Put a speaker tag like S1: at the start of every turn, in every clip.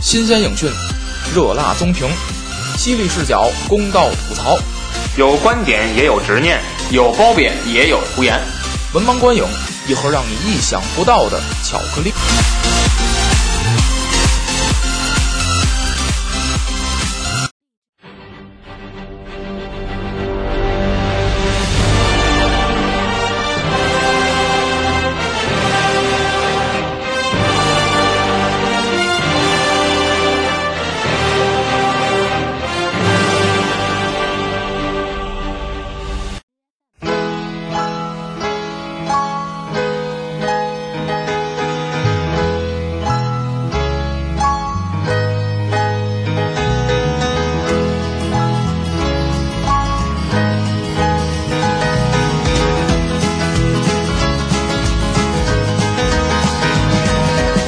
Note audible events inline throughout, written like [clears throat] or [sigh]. S1: 新鲜影讯，热辣综评，犀利视角，公道吐槽，
S2: 有观点也有执念，有褒贬也有胡言。
S1: 文盲观影，一盒让你意想不到的巧克力。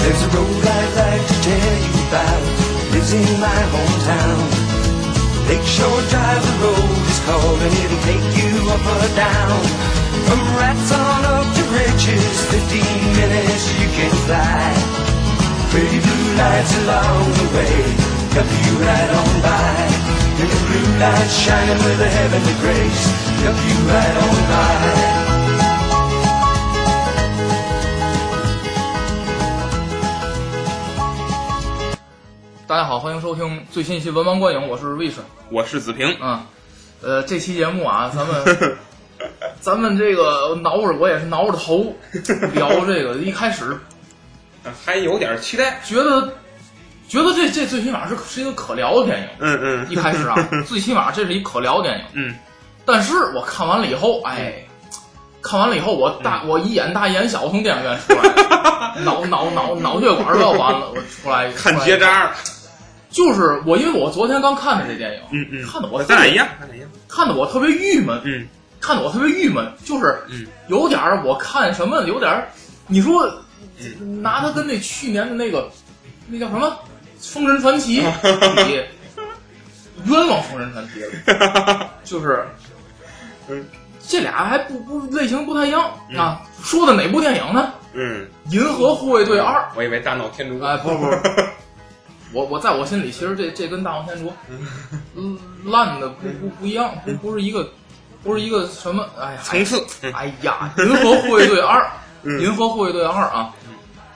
S3: There's a road I'd like to tell you about. Lives in my hometown. Lakeshore Drive, the road is called, and it'll take you up or down. From rats on up to riches, 15 minutes you can fly. Pretty blue lights along the way, help you right on by. And the blue lights shining with a heavenly grace, help you right on by.
S1: 大家好，欢迎收听最新一期文盲观影，我是 Wish
S2: 我是子平，
S1: 啊。呃，这期节目啊，咱 [laughs] 们咱们这个挠着我也是挠着头聊这个，一开始
S2: 呃还有点期待。
S1: 觉得觉得这这最起码是是一个可聊的电影。
S2: 嗯嗯，
S1: 一开始 [laughs] 啊，最起码这是一可聊的电影。
S2: 嗯，
S1: 但是我看完了以后，哎，看完了以后，我大、我一眼大一眼小从电影院出来， [laughs] 脑脑脑脑血管都要完了，我出来
S2: 看结，
S1: 出来
S2: 扎。
S1: 就是我，因为我昨天刚看的这电影，
S2: 嗯嗯，
S1: 看得我
S2: 咱俩一样，咱俩一样。
S1: 看的我特别郁闷，
S2: 嗯
S1: 看的我特别郁闷，就是
S2: 嗯
S1: 有点儿我看什么有点儿，你说
S2: 嗯，
S1: 拿它跟那去年的那个那叫什么《封神传奇》
S2: [laughs]
S1: 比，冤枉《封神传奇》了。
S2: [laughs]
S1: 就是，
S2: 嗯
S1: 这俩还不不类型不太一样啊。说的哪部电影呢？
S2: 嗯，
S1: 《银河护卫队二
S2: 我以为大闹天竺。》
S1: 哎，不不，不 [laughs] 我我在我心里，其实这这跟《大
S2: [laughs]
S1: 闹天竺》嗯烂的不不不一样，不不是一个，不是一个什么，哎呀，
S2: 层次。
S1: 哎呀，《银河护卫队二》，
S2: [laughs] 嗯
S1: 《银河护卫队二》啊，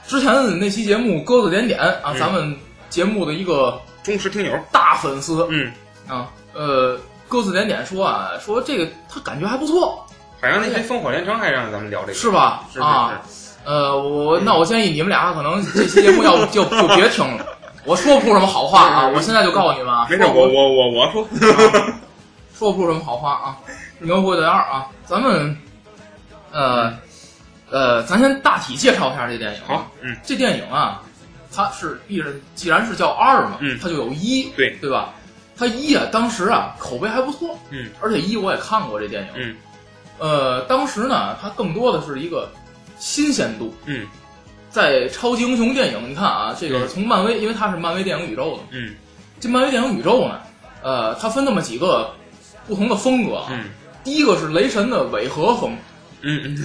S1: 之前的那期节目《哥哥点点》啊，
S2: 嗯
S1: 咱们节目的一个
S2: 忠实听友。
S1: 大粉丝
S2: 嗯，
S1: 啊，呃，鸽子点点说啊，说这个他感觉还不错，
S2: 好像那天烽火连城还让咱们聊这个。
S1: 是吧？
S2: 是是
S1: 啊，
S2: 是
S1: 呃，我那我建议你们俩可能这期节目要就就别听了，我说不出什么好话啊，
S2: 嗯嗯嗯
S1: 我现在就告诉你们啊，
S2: 没事，
S1: 说
S2: 我
S1: 不
S2: 我我我说。
S1: [laughs] 说不出什么好话啊，牛会队二啊，咱们，呃，呃，咱先大体介绍一下这电影。
S2: 好，，嗯
S1: 这电影啊，它是必然，既然是叫二嘛，
S2: 嗯
S1: 它就有一，
S2: 对
S1: 对吧？它一啊，当时啊口碑还不错，
S2: 嗯，
S1: 而且一我也看过这电影，
S2: 嗯
S1: 呃，当时呢，它更多的是一个新鲜度。
S2: 嗯，
S1: 在超级英雄电影，你看啊，这个
S2: 嗯
S1: 从漫威，因为它是漫威电影宇宙的，
S2: 嗯
S1: 这漫威电影宇宙呢，呃，它分那么几个不同的风格啊。
S2: 嗯
S1: 第一个是雷神的违和风，
S2: 嗯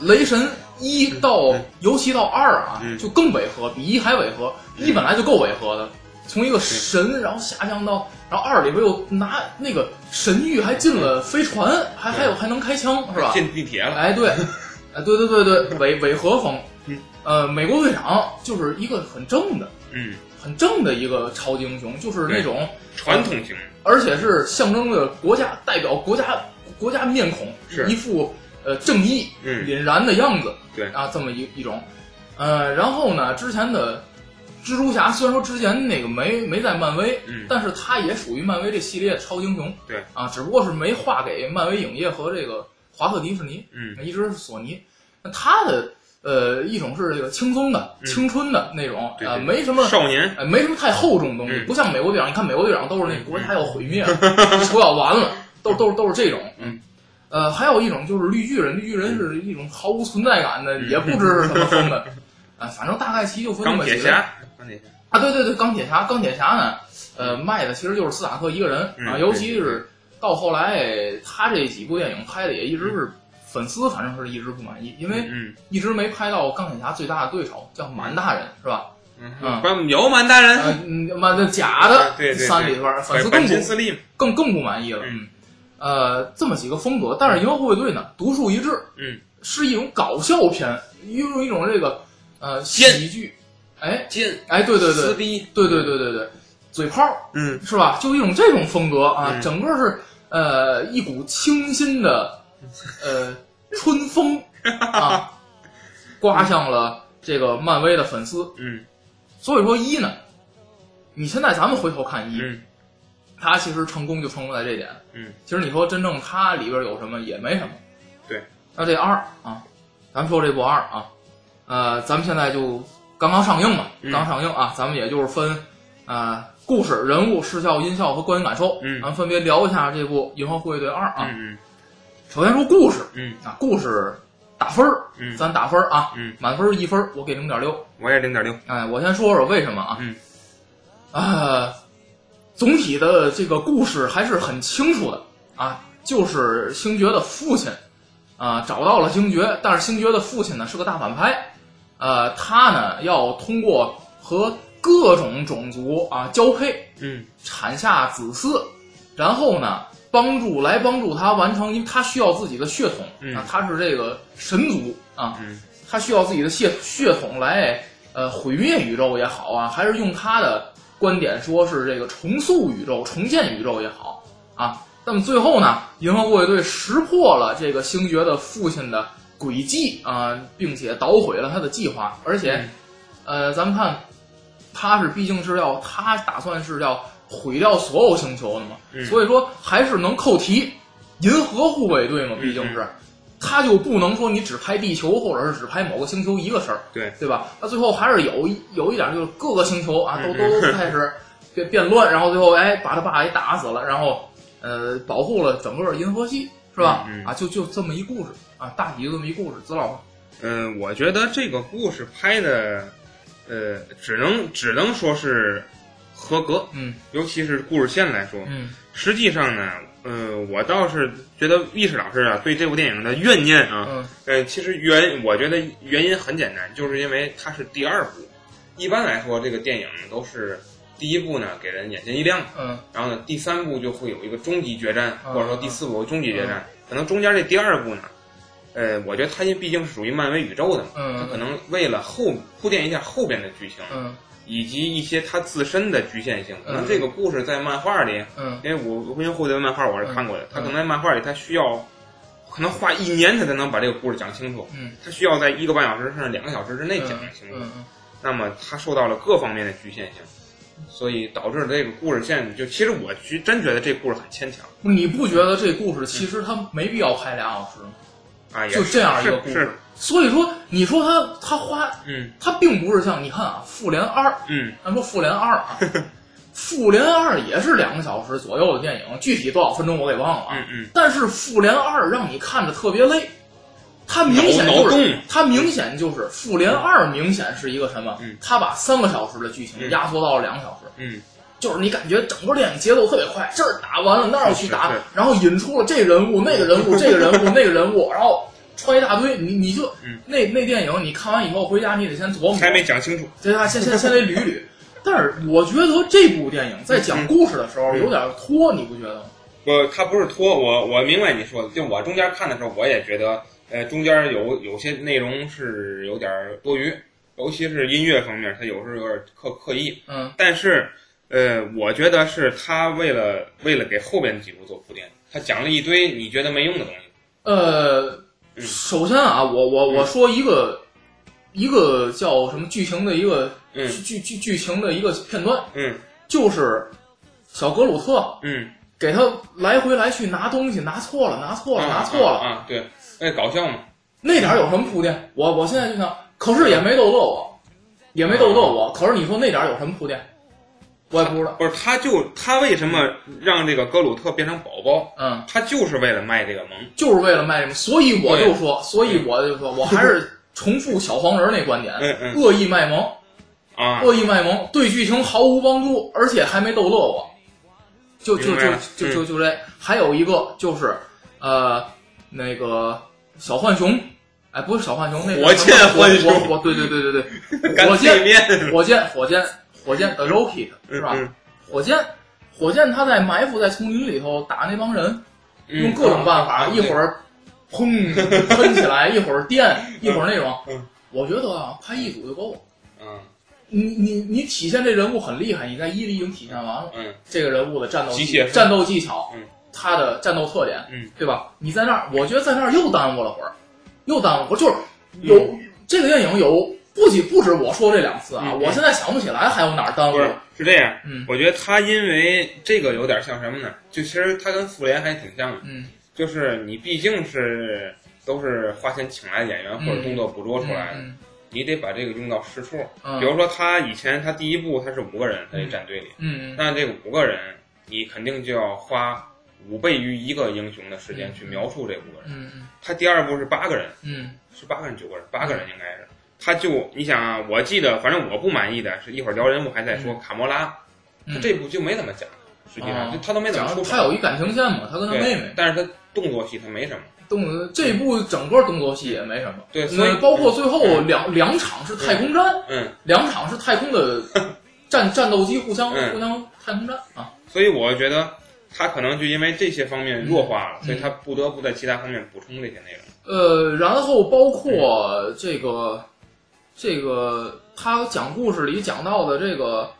S1: 雷神一到、尤其到二啊，
S2: 嗯
S1: 就更违和，比一还违和。一本来就够违和的，从一个神，然后下降到，然后二里边又拿那个神域还进了飞船，还还有还能开枪是吧
S2: 嗯，？进地铁了。
S1: 哎，对，哎，对对对对，违违和风
S2: 嗯。
S1: 呃，美国队长就是一个很正的、
S2: 嗯，
S1: 很正的一个超级英雄，就是那种，
S2: 传统型。
S1: 而且是象征着国家代表国家国家面孔，
S2: 是
S1: 一副呃正义
S2: 嗯
S1: 凛然的样子。
S2: 对
S1: 啊，这么一一种，呃，然后呢，之前的蜘蛛侠虽然说之前那个没没在漫威，
S2: 嗯
S1: 但是他也属于漫威这系列的超级英雄。
S2: 对
S1: 啊，只不过是没划给漫威影业和这个华特迪士尼，
S2: 嗯
S1: 一直是索尼。那他的呃一种是这个轻松的、
S2: 嗯
S1: 青春的那种，
S2: 对
S1: 呃，
S2: 对
S1: 没什么。
S2: 少年。
S1: 呃，没什么太厚重的东西，
S2: 嗯
S1: 不像美国队长。你看美国队长都是那
S2: 嗯
S1: 国家要毁
S2: [laughs]
S1: 灭了，说要完了，都都都是这种。
S2: 嗯，
S1: 呃，还有一种就是绿巨人，绿巨人是一种毫无存在感的，
S2: 嗯
S1: 也不知是什么风的。啊，反正大概其就分这
S2: 钢
S1: 么
S2: 铁
S1: 几类。
S2: 侠。钢铁侠。
S1: 啊，对对对，钢铁侠，钢铁侠呢，呃，卖的其实就是斯塔克一个人
S2: 嗯
S1: 啊，
S2: 对
S1: 尤其是到后来他这几部电影拍的也一直是粉丝，哎反正是一直不满意，因为
S2: 嗯
S1: 一直没拍到钢铁侠最大的对手叫满大人，是吧？嗯
S4: 关有满大人，
S1: 呃，嗯妈的假的，
S4: 对对对
S1: 三里边儿粉丝
S4: 本
S1: 更
S4: 金斯
S1: 不
S4: 利嘛，
S1: 更更不满意了。
S4: 嗯，
S1: 呃，这么几个风格，但是《银河护卫队》呢，独树一帜，
S4: 嗯，
S1: 是一种搞笑片，用一种这个呃
S4: 尖
S1: 喜剧，哎
S4: 进
S1: 哎，对对
S4: 撕
S1: 对，
S4: 逼，
S1: 对对对对对，嘴炮儿
S4: 嗯
S1: 是吧？就一种这种风格啊，
S4: 嗯
S1: 整个是呃一股清新的呃春风
S4: [laughs]
S1: 啊，刮向了这个漫威的粉丝。
S4: 嗯
S1: 所以说一呢，你现在咱们回头看一，
S4: 嗯
S1: 它其实成功就成功在这点。
S4: 嗯，
S1: 其实你说真正它里边有什么也没什么。
S4: 对，
S1: 那这二啊，咱们说这部二啊，呃，咱们现在就刚刚上映嘛，
S4: 嗯
S1: 刚上映啊，咱们也就是分呃故事、人物、视效、音效和观影感受，
S4: 嗯
S1: 咱们分别聊一下这部《银河护卫队二》啊。
S4: 嗯
S1: 首先说故事
S4: 嗯
S1: 啊，故事打分儿，
S4: 嗯
S1: 咱打分儿啊，
S4: 嗯，
S1: 满分儿一分儿，我给零点六。
S4: 我也零点六，
S1: 哎，我先说说为什么啊？
S4: 嗯，
S1: 呃，总体的这个故事还是很清楚的啊，就是星爵的父亲啊、找到了星爵，但是星爵的父亲呢是个大反派，呃，他呢要通过和各种种族啊交配，
S4: 嗯
S1: 产下子嗣，然后呢，帮助来帮助他完成，因为他需要自己的血统、
S4: 嗯
S1: 啊，他是这个神族啊，
S4: 嗯
S1: 他需要自己的血血统来呃毁灭宇宙也好啊，还是用他的观点说是这个重塑宇宙、重建宇宙也好啊。那么最后呢，银河护卫队识破了这个星爵的父亲的诡计啊、并且捣毁了他的计划，而且、呃，咱们看他是毕竟是要他打算是要毁掉所有星球的嘛，
S4: 嗯
S1: 所以说还是能扣题。银河护卫队嘛，毕
S4: 嗯
S1: 竟是，他就不能说你只拍地球或者是只拍某个星球一个事儿，
S4: 对
S1: 对吧？那最后还是有一有一点就是各个星球啊都
S4: 嗯
S1: 都开始变变乱，然后最后哎把他爸给打死了，然后呃保护了整个银河系是吧
S4: 嗯？嗯
S1: 啊，就就这么一故事啊，大体就这么一故事，资料
S4: 嗯，我觉得这个故事拍的，呃，只能只能说是合格，
S1: 嗯
S4: 尤其是故事线来说，
S1: 嗯
S4: 实际上呢，呃，我倒是觉得意识老师啊，对这部电影的怨念啊，
S1: 嗯
S4: 呃，其实原我觉得原因很简单，就是因为它是第二部。一般来说，这个电影都是第一部呢给人眼前一亮，
S1: 嗯
S4: 然后呢第三部就会有一个终极决战，
S1: 嗯
S4: 或者说第四部有终极
S1: 啊
S4: 决战。可能中间这第二部呢，呃，我觉得它因为毕竟是属于漫威宇宙的嘛，它
S1: 嗯
S4: 可能为了后铺垫一下后边的剧情，
S1: 嗯
S4: 以及一些它自身的局限性。可
S1: 嗯
S4: 能这个故事在漫画里，
S1: 嗯
S4: 因为我《婚姻互的漫画我是看过的
S1: 嗯，
S4: 他可能在漫画里他需要，可能花一年他才能把这个故事讲清楚，
S1: 嗯
S4: 他需要在一个半小时甚至两个小时之内讲清楚。
S1: 嗯嗯
S4: 那么他受到了各方面的局限性，所以导致这个故事线就其实我其实真觉得这故事很牵强
S1: 不你不觉得这故事其实它没必要拍俩小时吗？
S4: 啊，也
S1: 就是这样一个故
S4: 是
S1: 事
S4: 是，
S1: 所以说你说它它花
S4: 嗯
S1: 它并不是像你看啊，《复联二》，
S4: 嗯
S1: 咱说《复联二》
S4: [laughs]
S1: 啊，《复联二》也是两个小时左右的电影，具体多少分钟我给忘了啊。
S4: 嗯嗯
S1: 但是《复联二》让你看着特别累，它明显
S4: 脑
S1: 就
S4: 脑洞
S1: 是它明显就是《复联二》明显是一个什么
S4: 嗯？
S1: 它把三个小时的剧情
S4: 嗯
S1: 压缩到了两个小时。
S4: 嗯
S1: 就是你感觉整个电影节奏特别快，这儿打完了那儿又去打
S4: 是嗯是，
S1: 然后引出了这人物、那个人物、
S4: [laughs]
S1: 这个人物、那个人物，然后穿一大堆，你你就、
S4: 嗯
S1: 那那电影你看完以后回家你得先琢磨，
S4: 还没讲清楚，
S1: 对吧？先先先得捋捋。但是我觉得这部电影在讲故事的时候
S4: 嗯
S1: 有点拖，你不觉得吗？
S4: 我他不是拖我，我明白你说的，就我中间看的时候，我也觉得，呃，中间有有些内容是有点儿多余，尤其是音乐方面，他有时候有点儿刻刻意。
S1: 嗯
S4: 但是，呃，我觉得是他为了为了给后边几部做铺垫，他讲了一堆你觉得没用的东西。
S1: 呃，
S4: 嗯
S1: 首先啊，我我我说一个、一个叫什么剧情的一个、
S4: 嗯
S1: 剧剧剧情的一个片段，
S4: 嗯
S1: 就是小格鲁特。
S4: 嗯，
S1: 给他来回来去拿东西，拿错了，拿错了，
S4: 啊
S1: 拿错了，
S4: 啊啊对，哎，搞笑嘛，
S1: 那点儿有什么铺垫？我我现在就想，可是也没逗乐我，也没逗乐
S4: 嗯
S1: 我。可是你说那点儿有什么铺垫？我也不知道。
S4: 不是，他就他为什么让这个格鲁特变成宝宝？
S1: 嗯，
S4: 他就是为了卖这个萌。
S1: 就是为了卖什么，所以我
S4: 对
S1: 就说，所以我就说，我还是重复小黄人那观点，
S4: 嗯嗯
S1: 恶意卖萌，
S4: 啊，
S1: 恶意卖萌，对剧情毫无帮助，而且还没逗乐我，就就
S4: 明白
S1: 就
S4: 了
S1: 就
S4: 嗯
S1: 就就这。还有一个就是，呃，那个小浣熊，哎，不是小浣熊那个
S4: 火箭浣熊
S1: 我我对对对对对，火
S4: [laughs] 干脆
S1: 箭
S4: 面
S1: 火箭火箭火箭 The Rocket 是吧？
S4: 嗯
S1: 火箭火箭他在埋伏在丛林里头打那帮人，
S4: 嗯
S1: 用各种办法，一会儿砰喷起来，一会儿电，一会儿那种。
S4: 嗯
S1: 我觉得啊，拍一组就够了。
S4: 嗯
S1: 你你你体现这人物很厉害，你在一里已经体现完了
S4: 嗯
S1: 这个人物的战斗
S4: 机械
S1: 技战斗技巧，
S4: 嗯
S1: 他的战斗特点，
S4: 嗯，
S1: 对吧？你在那儿，我觉得在那儿又耽误了会儿，又耽误了会儿，就是
S4: 嗯
S1: 有、这个电影有不仅不止我说这两次啊，
S4: 嗯
S1: 我现在想不起来还有哪儿耽误
S4: 不是
S1: 了。
S4: 是这样，
S1: 嗯
S4: 我觉得他因为这个有点像什么呢？就其实他跟复联还挺像的，
S1: 嗯
S4: 就是你毕竟是都是花钱请来的演员或者
S1: 嗯
S4: 动作捕捉出来的，
S1: 嗯
S4: 你得把这个用到实处。
S1: 嗯
S4: 比如说他以前他第一部他是五个人在这战队里，
S1: 嗯嗯
S4: 那这五个人你肯定就要花五倍于一个英雄的时间去描述这五个人。
S1: 嗯嗯
S4: 他第二部是八个人，
S1: 嗯
S4: 是八个人九个人，八个人应该是。他就你想啊，我记得反正我不满意的是一会儿聊人物还在说卡莫拉，他
S1: 嗯，
S4: 这部就没怎么讲，实际上
S1: 哦
S4: 就他都没怎么
S1: 讲
S4: 出
S1: 他有
S4: 场。
S1: 一感情线嘛，他跟他
S4: 对
S1: 妹妹
S4: 但是他动作戏他没什么。
S1: 动作这部整个动作戏也没什么。
S4: 对所以
S1: 那嗯包括最后两两场是太空战，
S4: 嗯，
S1: 两场是太空
S4: [laughs]
S1: 的战战斗机互相
S4: 嗯
S1: 互相太空战啊。
S4: 所以我觉得他可能就因为这些方面弱化了，
S1: 嗯
S4: 所以他不得不在其他方面补充这些内容。
S1: 呃，然后包括
S4: 嗯
S1: 这个，这个他讲故事里讲到的这个，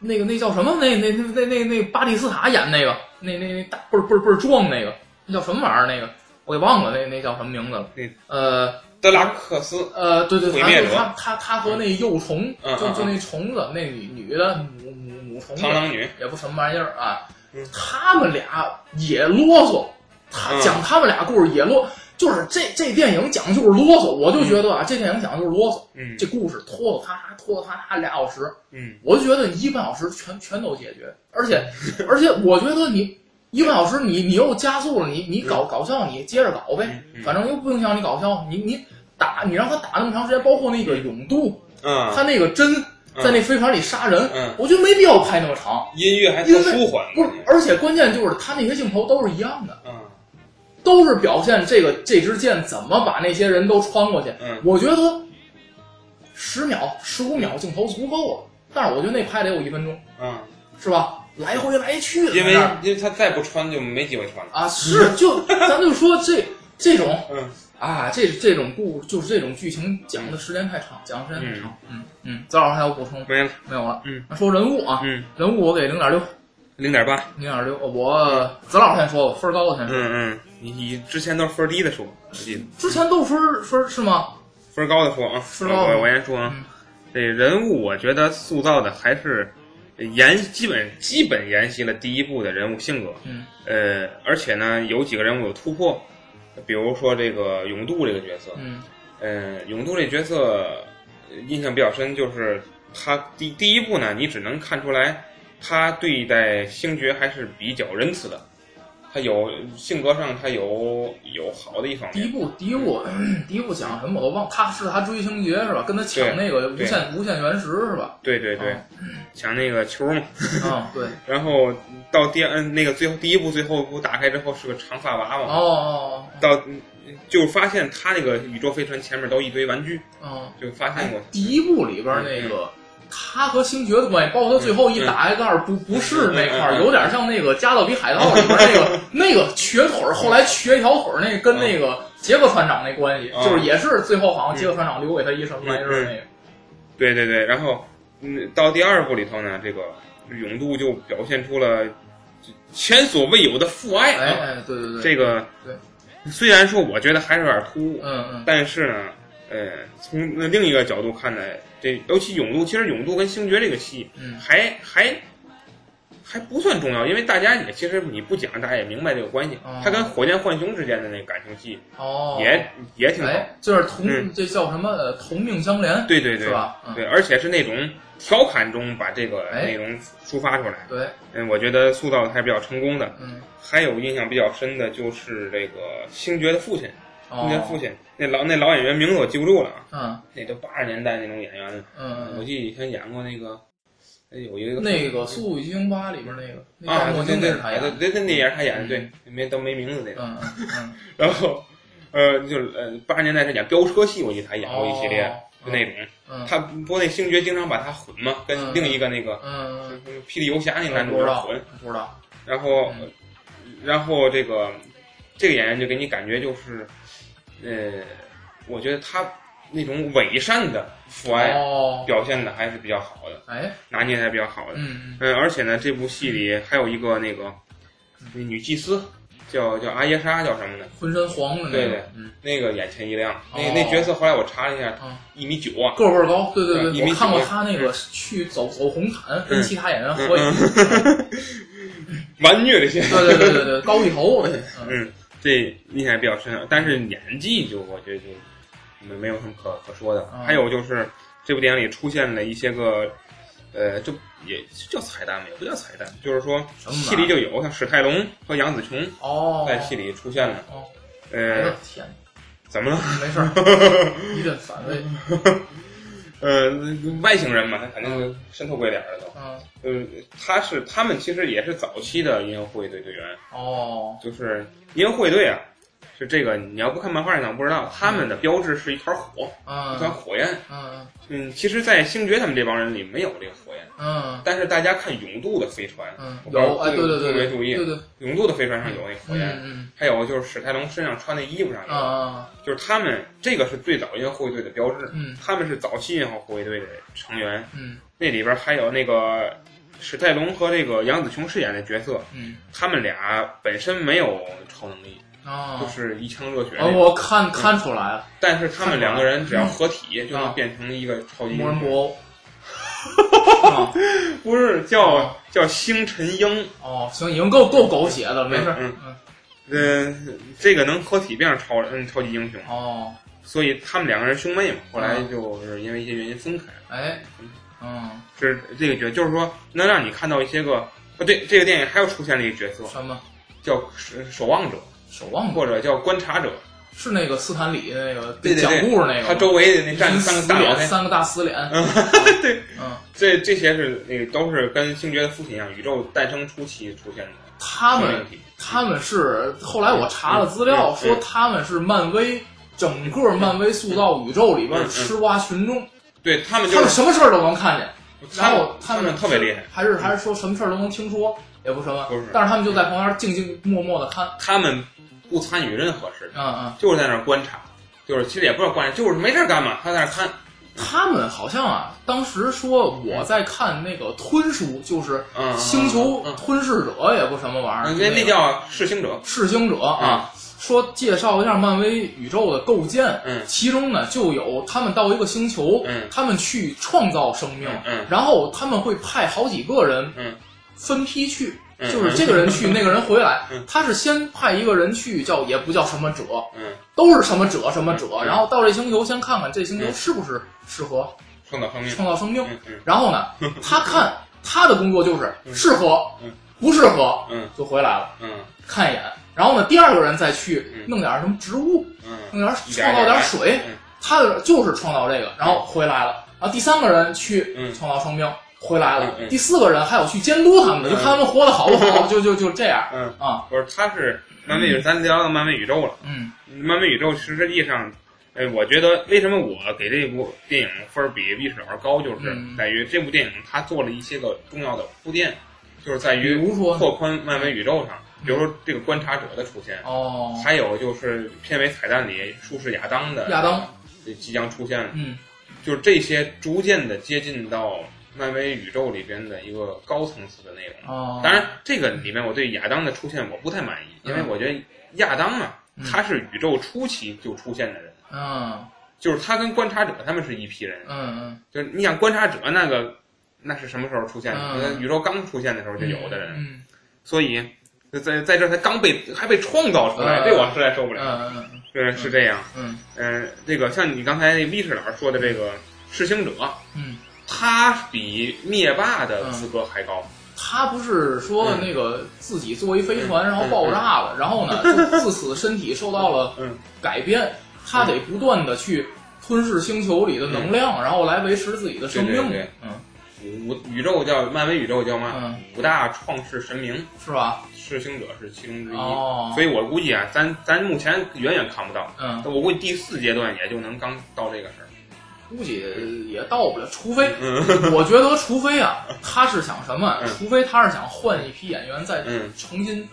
S1: 那个那叫什么？那那那那那那巴蒂斯塔演那个，那那那大倍儿倍儿倍儿壮那个，那叫什么玩意儿？那个我给忘了，那那叫什么名字了
S4: 那？
S1: 呃
S4: 德拉克斯，
S1: 呃，对对，
S4: 毁
S1: 他
S4: 灭
S1: 就
S4: 者
S1: 他他他和那幼虫，
S4: 嗯
S1: 就
S4: 嗯
S1: 就
S4: 嗯
S1: 那虫子，那女女的母母母虫子
S4: 螳，螂女，
S1: 也不什么玩意儿啊
S4: 嗯，
S1: 他们俩也啰嗦，他
S4: 嗯
S1: 讲他们俩故事也啰，就是这这电影讲的就是啰嗦，我就觉得啊，这电影讲的就是啰嗦，
S4: 嗯
S1: 这故事拖拖沓沓拖拖沓沓俩小时，
S4: 嗯，
S1: 我就觉得你一个半小时全全都解决，而
S4: [laughs]
S1: 且而且我觉得你一个半小时你你又加速了，你你搞搞笑你接着搞呗
S4: 嗯，嗯
S1: 反正又不影响你搞笑，你你打你让他打那么长时间，包括那个勇度，
S4: 啊，
S1: 他那个针在那飞船里杀人
S4: 嗯，
S1: 我觉得没必要拍那么长。
S4: 音乐还
S1: 因
S4: 特
S1: 为
S4: 舒缓，
S1: 不是，而且关键就是他那些镜头都是一样的，
S4: 嗯
S1: 都是表现这个这支箭怎么把那些人都穿过去。
S4: 嗯
S1: 我觉得十秒、十五秒镜头足够了，但是我觉得那拍得有一分钟，
S4: 嗯，
S1: 是吧？来回来去的，
S4: 因为
S1: 在那儿
S4: 因为他再不穿就没机会穿了。
S1: 啊，是就咱就说这这种
S4: 嗯
S1: 啊，这这种故就是这种剧情讲的时间太长，讲的时间太长。嗯嗯，邹老师还有补充吗
S4: 没了，
S1: 没有了？
S4: 嗯，
S1: 说人物啊，
S4: 嗯，
S1: 人物我给零点六，
S4: 零点八，
S1: 零点六，我邹老师先说吧，分儿高的先说。
S4: 嗯嗯，你你之前都是分儿低的说，我记得
S1: 之前都说说是吗？
S4: 分儿高的说啊，
S1: 分儿高的
S4: 我我先说
S1: 嗯
S4: 啊，这人物我觉得塑造的还是沿基本基本沿袭了第一部的人物性格，
S1: 嗯
S4: 呃，而且呢，有几个人物有突破，比如说这个永渡这个角色，
S1: 嗯
S4: 嗯、呃，永渡这角色呃印象比较深，就是他第第一部呢，你只能看出来他对待星爵还是比较仁慈的，他有性格上他有有好的一方
S1: 第一
S4: 面，
S1: 部第一部 [clears throat] 第一部讲什么我都忘，他是他追星爵是吧？跟他抢
S4: 对
S1: 那个无
S4: 对
S1: 限无限原石是吧？
S4: 对对
S1: 哦
S4: 对，抢那个球嘛，
S1: 啊，
S4: [laughs]
S1: 对，
S4: 然后到第二那个最后第一部最后一部打开之后是个长发娃
S1: 哦
S4: 娃，
S1: 哦
S4: 到嗯就发现他那个宇宙飞船前面都一堆玩具，
S1: 哦哦，
S4: 就发现
S1: 哎
S4: 过。，
S1: 第一部里边那
S4: 哎
S1: 个。他和星爵的关系，包括他最后一打开盖儿不不是那块
S4: 嗯嗯
S1: 儿，
S4: 嗯
S1: 有点像那个《加勒比海盗》里边那
S4: [laughs]
S1: 个那个瘸腿儿，后来瘸一条腿儿，那跟那
S4: 啊
S1: 个杰克船长那关系，
S4: 嗯
S1: 就是也是最后好像杰克船长留给他一什么玩意儿那个，
S4: 对对对，然后嗯，到第二部里头呢，这个勇度就表现出了前所未有的父爱
S1: 哎
S4: 啊。
S1: 哎，对对对，
S4: 这个
S1: 对
S4: 虽然说我觉得还是有点突兀，
S1: 嗯嗯，
S4: 但是呢，呃，从另一个角度看呢，这尤其勇度，其实勇度跟星爵这个戏
S1: 嗯
S4: 还还。还不算重要，因为大家也其实你不讲，大家也明白这个关系
S1: 哦。
S4: 他跟火箭浣熊之间的那个感情戏
S1: 哦，
S4: 也也挺好，
S1: 哎，就是同、
S4: 嗯
S1: 这叫什么呃同命相连，
S4: 对对对
S1: 是，吧？嗯，
S4: 对，而且是那种调侃中把这个
S1: 哎
S4: 内容抒发出来。
S1: 对，
S4: 嗯，我觉得塑造的还是比较成功的。
S1: 嗯，
S4: 还有印象比较深的就是这个星爵的父亲，星爵父
S1: 哦，
S4: 亲那老那老演员名字我记不住了啊，
S1: 嗯
S4: 那都八十年代那种演员了。我
S1: 嗯，
S4: 记得以前演过那个，哎有一个
S1: 嗯那个《速度与激情八》里边那个，那
S4: 啊，
S1: 戴墨
S4: 对
S1: 镜
S4: 对
S1: 是他演
S4: 对
S1: 的，嗯
S4: 对，那也是他演的，对，没都没名字那个。
S1: 嗯嗯嗯
S4: 然后，呃，就是呃八十年代他演飙车戏，我记得他演过一系列，
S1: 哦
S4: 就那种。
S1: 嗯
S4: 他不过那星爵经常把他混嘛，
S1: 嗯
S4: 跟另一个那个
S1: 嗯，
S4: 霹雳游侠那男主
S1: 不知
S4: 角
S1: 道
S4: 混，，
S1: 不知道，
S4: 然后
S1: 嗯
S4: 然后这个这个演员就给你感觉就是，呃，我觉得他那种伪善的父爱
S1: 哦，
S4: 表现的还是比较好的，
S1: 哎，
S4: 拿捏的还是比较好的。
S1: 嗯，
S4: 嗯，而且呢，这部戏里还有一个那个
S1: 嗯
S4: 那女祭司，叫叫阿耶莎，叫什么呢？
S1: 浑身黄的那
S4: 对
S1: 个
S4: 对，
S1: 嗯，
S4: 那个眼前一亮，那、
S1: 哦
S4: 那角色后来我查了一下
S1: 嗯，
S4: 一、米九啊，
S1: 个儿倍儿高，对对
S4: 一
S1: 对，
S4: 米
S1: 我
S4: 九
S1: 看过他那个去走走红毯，跟其他演员合影，
S4: 蛮虐的些。
S1: 对对对对对，高一头，而且嗯
S4: 嗯，这印象比较深，但是演技就我觉得就没没有什么可可说的。
S1: 嗯
S4: 还有就是这部电影里出现了一些个，呃，这也叫彩蛋吗？也不叫彩蛋，就是说
S1: 什么玩意儿
S4: 戏里就有，像史泰龙和杨紫琼
S1: 哦，
S4: 在戏里出现了。
S1: 哦，哎
S4: 呃
S1: 呦，天，
S4: 怎么了？ [laughs]
S1: 没事儿，一阵反胃，
S4: 呃，外星人嘛，他肯定渗透鬼脸了都。
S1: 嗯，
S4: 呃，他是他们其实也是早期的银河护卫队队员，
S1: 哦，
S4: 就是银河护卫队啊，就这个你要不看漫画你可能不知道，他们的标志是一团火，一团
S1: 嗯
S4: 火焰。
S1: 嗯
S4: 嗯，其实，在星爵他们这帮人里没有这个火焰，
S1: 嗯
S4: 但是大家看永渡的飞船，
S1: 嗯，
S4: 我不知道
S1: 有，哎，对对对
S4: 没
S1: 对，
S4: 注意
S1: 对对，
S4: 永渡的飞船上有那火
S1: 嗯
S4: 焰。
S1: 嗯
S4: 还有就是史泰龙身上穿的衣服上
S1: 嗯
S4: 有，
S1: 啊
S4: 就是他们这个是最早银河护卫队的标志，
S1: 嗯
S4: 他们是早期银河护卫队的成员，
S1: 嗯
S4: 那里边还有那个史泰龙和这个杨紫琼饰演的角色，
S1: 嗯
S4: 他们俩本身没有超能力，
S1: 啊
S4: 就。是一腔热
S1: [laughs]
S4: 血那
S1: 啊，
S4: 种，
S1: 我看看出来了，
S4: 但是他们两个人只要合体就
S1: 啊
S4: 能变成一个超级英
S1: 魔人布
S4: 雄。 [laughs]
S1: 欧。啊
S4: 不是叫叫星辰鹰，
S1: 哦，行，已经够够狗血的了，没事儿。
S4: 嗯
S1: 嗯，
S4: 嗯，这个能合体变成超嗯超级英雄，
S1: 哦，
S4: 所以他们两个人兄妹嘛，后来
S1: 啊
S4: 就是因为一些原因分开。
S1: 哎，嗯，
S4: 是这个角，就是说能让你看到一些个。哦，对，这个电影还有出现了一个角色，
S1: 什么
S4: 叫守守望者，
S1: 守望者
S4: 或者叫观察者。
S1: 是那个斯坦李那个
S4: 对对对
S1: 讲故事那个吗，
S4: 他周围的那站
S1: 一
S4: 三个
S1: 死
S4: 大佬
S1: 脸，
S4: 那
S1: 三个大死脸。
S4: 对，
S1: 嗯，
S4: 这这些是那个都是跟星爵的父亲一样，宇宙诞生初期出现的
S1: 他
S4: 生
S1: 们
S4: 命体
S1: 他们是后来我查了资料，
S4: 嗯嗯
S1: 说他们是漫威整个漫威塑造宇宙里边
S4: 嗯嗯
S1: 的吃瓜群众，
S4: 对他们
S1: 他
S4: 就
S1: 们
S4: 是
S1: 什么事儿都能看见。然
S4: 们
S1: 后
S4: 他
S1: 们
S4: 特别厉害，
S1: 还是还是说什么事儿都能听说，也不什么
S4: 不是，
S1: 但是他们就在旁边静静默默的看，
S4: 他们不参与任何事，
S1: 嗯嗯，
S4: 就是在那儿观察，就是其实也不知道观察，就是没事儿干嘛，他在那儿看。
S1: 他们好像啊，当时说我在看那个吞书，就是
S4: 嗯嗯
S1: 《星球
S4: 嗯
S1: 吞噬者》，也不什么玩意儿，
S4: 嗯
S1: 就
S4: 那
S1: 那
S4: 那
S1: 个
S4: 叫嗯噬星者，
S1: 噬星者啊，说介绍一下漫威宇宙的构建，
S4: 嗯
S1: 其中呢就有他们到一个星球，
S4: 嗯
S1: 他们去创造生命，
S4: 嗯嗯
S1: 然后他们会派好几个人，
S4: 嗯
S1: 分批去。
S4: 嗯
S1: 就是这个人去，那个人回来
S4: [laughs] 嗯。
S1: 他是先派一个人去，叫也不叫什么者，
S4: 嗯，
S1: 都是什么者什么者，
S4: 嗯
S1: 然后到这星球先看看这星球
S4: 嗯
S1: 是不是适合
S4: 创造生命，
S1: 创造生命。
S4: 嗯嗯
S1: 然后
S4: [laughs]
S1: 呢，他看他的工作就是适合
S4: 嗯，
S1: 不适合
S4: 嗯
S1: 就回来了，
S4: 嗯
S1: 看一眼。然后呢，第二个人再去
S4: 嗯
S1: 弄点什么植物，
S4: 嗯，
S1: 弄点
S4: 一
S1: 创造
S4: 点
S1: 点
S4: 来
S1: 水，
S4: 嗯
S1: 他的就是创造这个，然后回来了。然后第三个人去
S4: 嗯
S1: 创造生命，回来了
S4: 嗯嗯。
S1: 第四个人还有去监督他们的，就看他们活得好不
S4: [laughs]
S1: 好，就就就这样
S4: 嗯
S1: 啊，
S4: 不是，他是漫威宇，咱聊到漫威宇宙了。
S1: 嗯
S4: 漫威宇宙实际上，呃，我觉得为什么我给这部电影分儿比历史老师高，就是
S1: 嗯
S4: 在于这部电影它做了一些个重要的铺垫，就是在于
S1: 比如说
S4: 拓宽漫威宇宙上，比如说这个观察者的出现，
S1: 哦，
S4: 还有就是片尾彩蛋里术士亚当的
S1: 亚当
S4: 即将出现，
S1: 嗯
S4: 就是这些逐渐的接近到漫威宇宙里边的一个高层次的内容。
S1: 哦，
S4: 当然，这个里面我对亚当的出现我不太满意，因为
S1: 嗯
S4: 我觉得亚当嘛，
S1: 嗯
S4: 他是宇宙初期就出现的人，
S1: 嗯
S4: 就是他跟观察者他们是一批人
S1: 嗯。嗯
S4: 就是你想观察者那个，那是什么时候出现的？
S1: 嗯
S4: 那宇宙刚出现的时候就有的人，
S1: 嗯
S4: 所以在在这儿才刚被还被创造出来，
S1: 嗯
S4: 这我实在受不
S1: 嗯
S4: 了。
S1: 嗯嗯
S4: 对，是这样。
S1: 嗯
S4: 嗯，这个像你刚才那历史老师说的这个噬星者，
S1: 嗯。
S4: 他比灭霸的资格还高。
S1: 他不是
S4: 嗯
S1: 说那个自己作为飞船，然后爆炸了，然后呢，就自此身体受到了
S4: 嗯
S1: 改变，他嗯得不断的去吞噬星球里的能量，然后来维持自己的生
S4: 对对
S1: 命
S4: 对。
S1: 嗯
S4: 五宇宙叫漫威宇宙叫嘛，
S1: 嗯，
S4: 五大创世神明，
S1: 是吧？
S4: 弑星者是其中之一。
S1: 哦
S4: 所以我估计啊，咱咱目前远远看不到，
S1: 嗯，
S4: 我估计第四阶段也就能刚到这个事儿。
S1: 估计也到不了，除非 [laughs]
S4: 嗯
S1: 我觉得，除非啊，他是想什么？
S4: 嗯
S1: 除非他是想换一批演员再
S4: 嗯
S1: 重新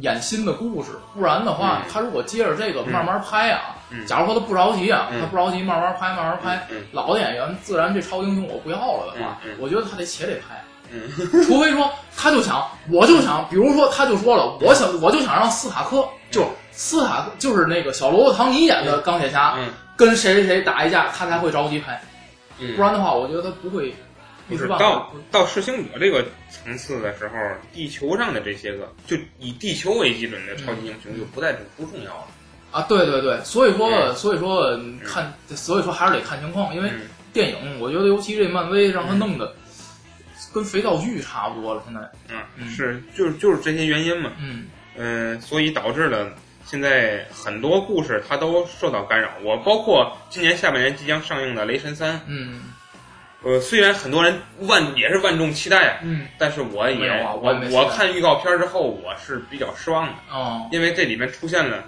S1: 演新的故事，不然的话
S4: 嗯，
S1: 他如果接着这个
S4: 嗯
S1: 慢慢拍啊，
S4: 嗯
S1: 假如说他不着急啊，
S4: 嗯
S1: 他不着急，慢慢拍，慢慢拍，
S4: 嗯
S1: 老的演员自然这超英雄我不要了的话，
S4: 嗯嗯
S1: 我觉得他得且得拍。
S4: 嗯
S1: 除非说他就想，我就想，比如说他就说了，我想我就想让斯塔克，就是斯塔克，就是那个小罗伯特·唐尼演的钢铁侠，
S4: 嗯
S1: 跟谁谁谁打一架，他才会着急拍，
S4: 嗯，
S1: 不然的话，我觉得他不会一
S4: 不
S1: 时
S4: 是
S1: 半会儿
S4: 到到弑星者这个层次的时候，地球上的这些个就以地球为基准的超级英雄就不再不重要了。
S1: 啊，对对对，所以说
S4: 嗯
S1: 所以说嗯看，所以说还是得看情况，因为
S4: 嗯
S1: 电影，我觉得尤其这漫威让他弄的跟肥皂剧差不多了，现在，嗯
S4: 嗯，是就是就是这些原因嘛。
S1: 嗯
S4: 嗯，所以导致了现在很多故事它都受到干扰。我包括今年下半年即将上映的《雷神三》，
S1: 嗯
S4: 呃，虽然很多人万也是万众期待啊，
S1: 嗯，
S4: 但是我
S1: 没
S4: 也、
S1: 有啊我
S4: 我
S1: 也没期待
S4: 我看预告片之后我是比较失望的，
S1: 哦，
S4: 因为这里面出现了，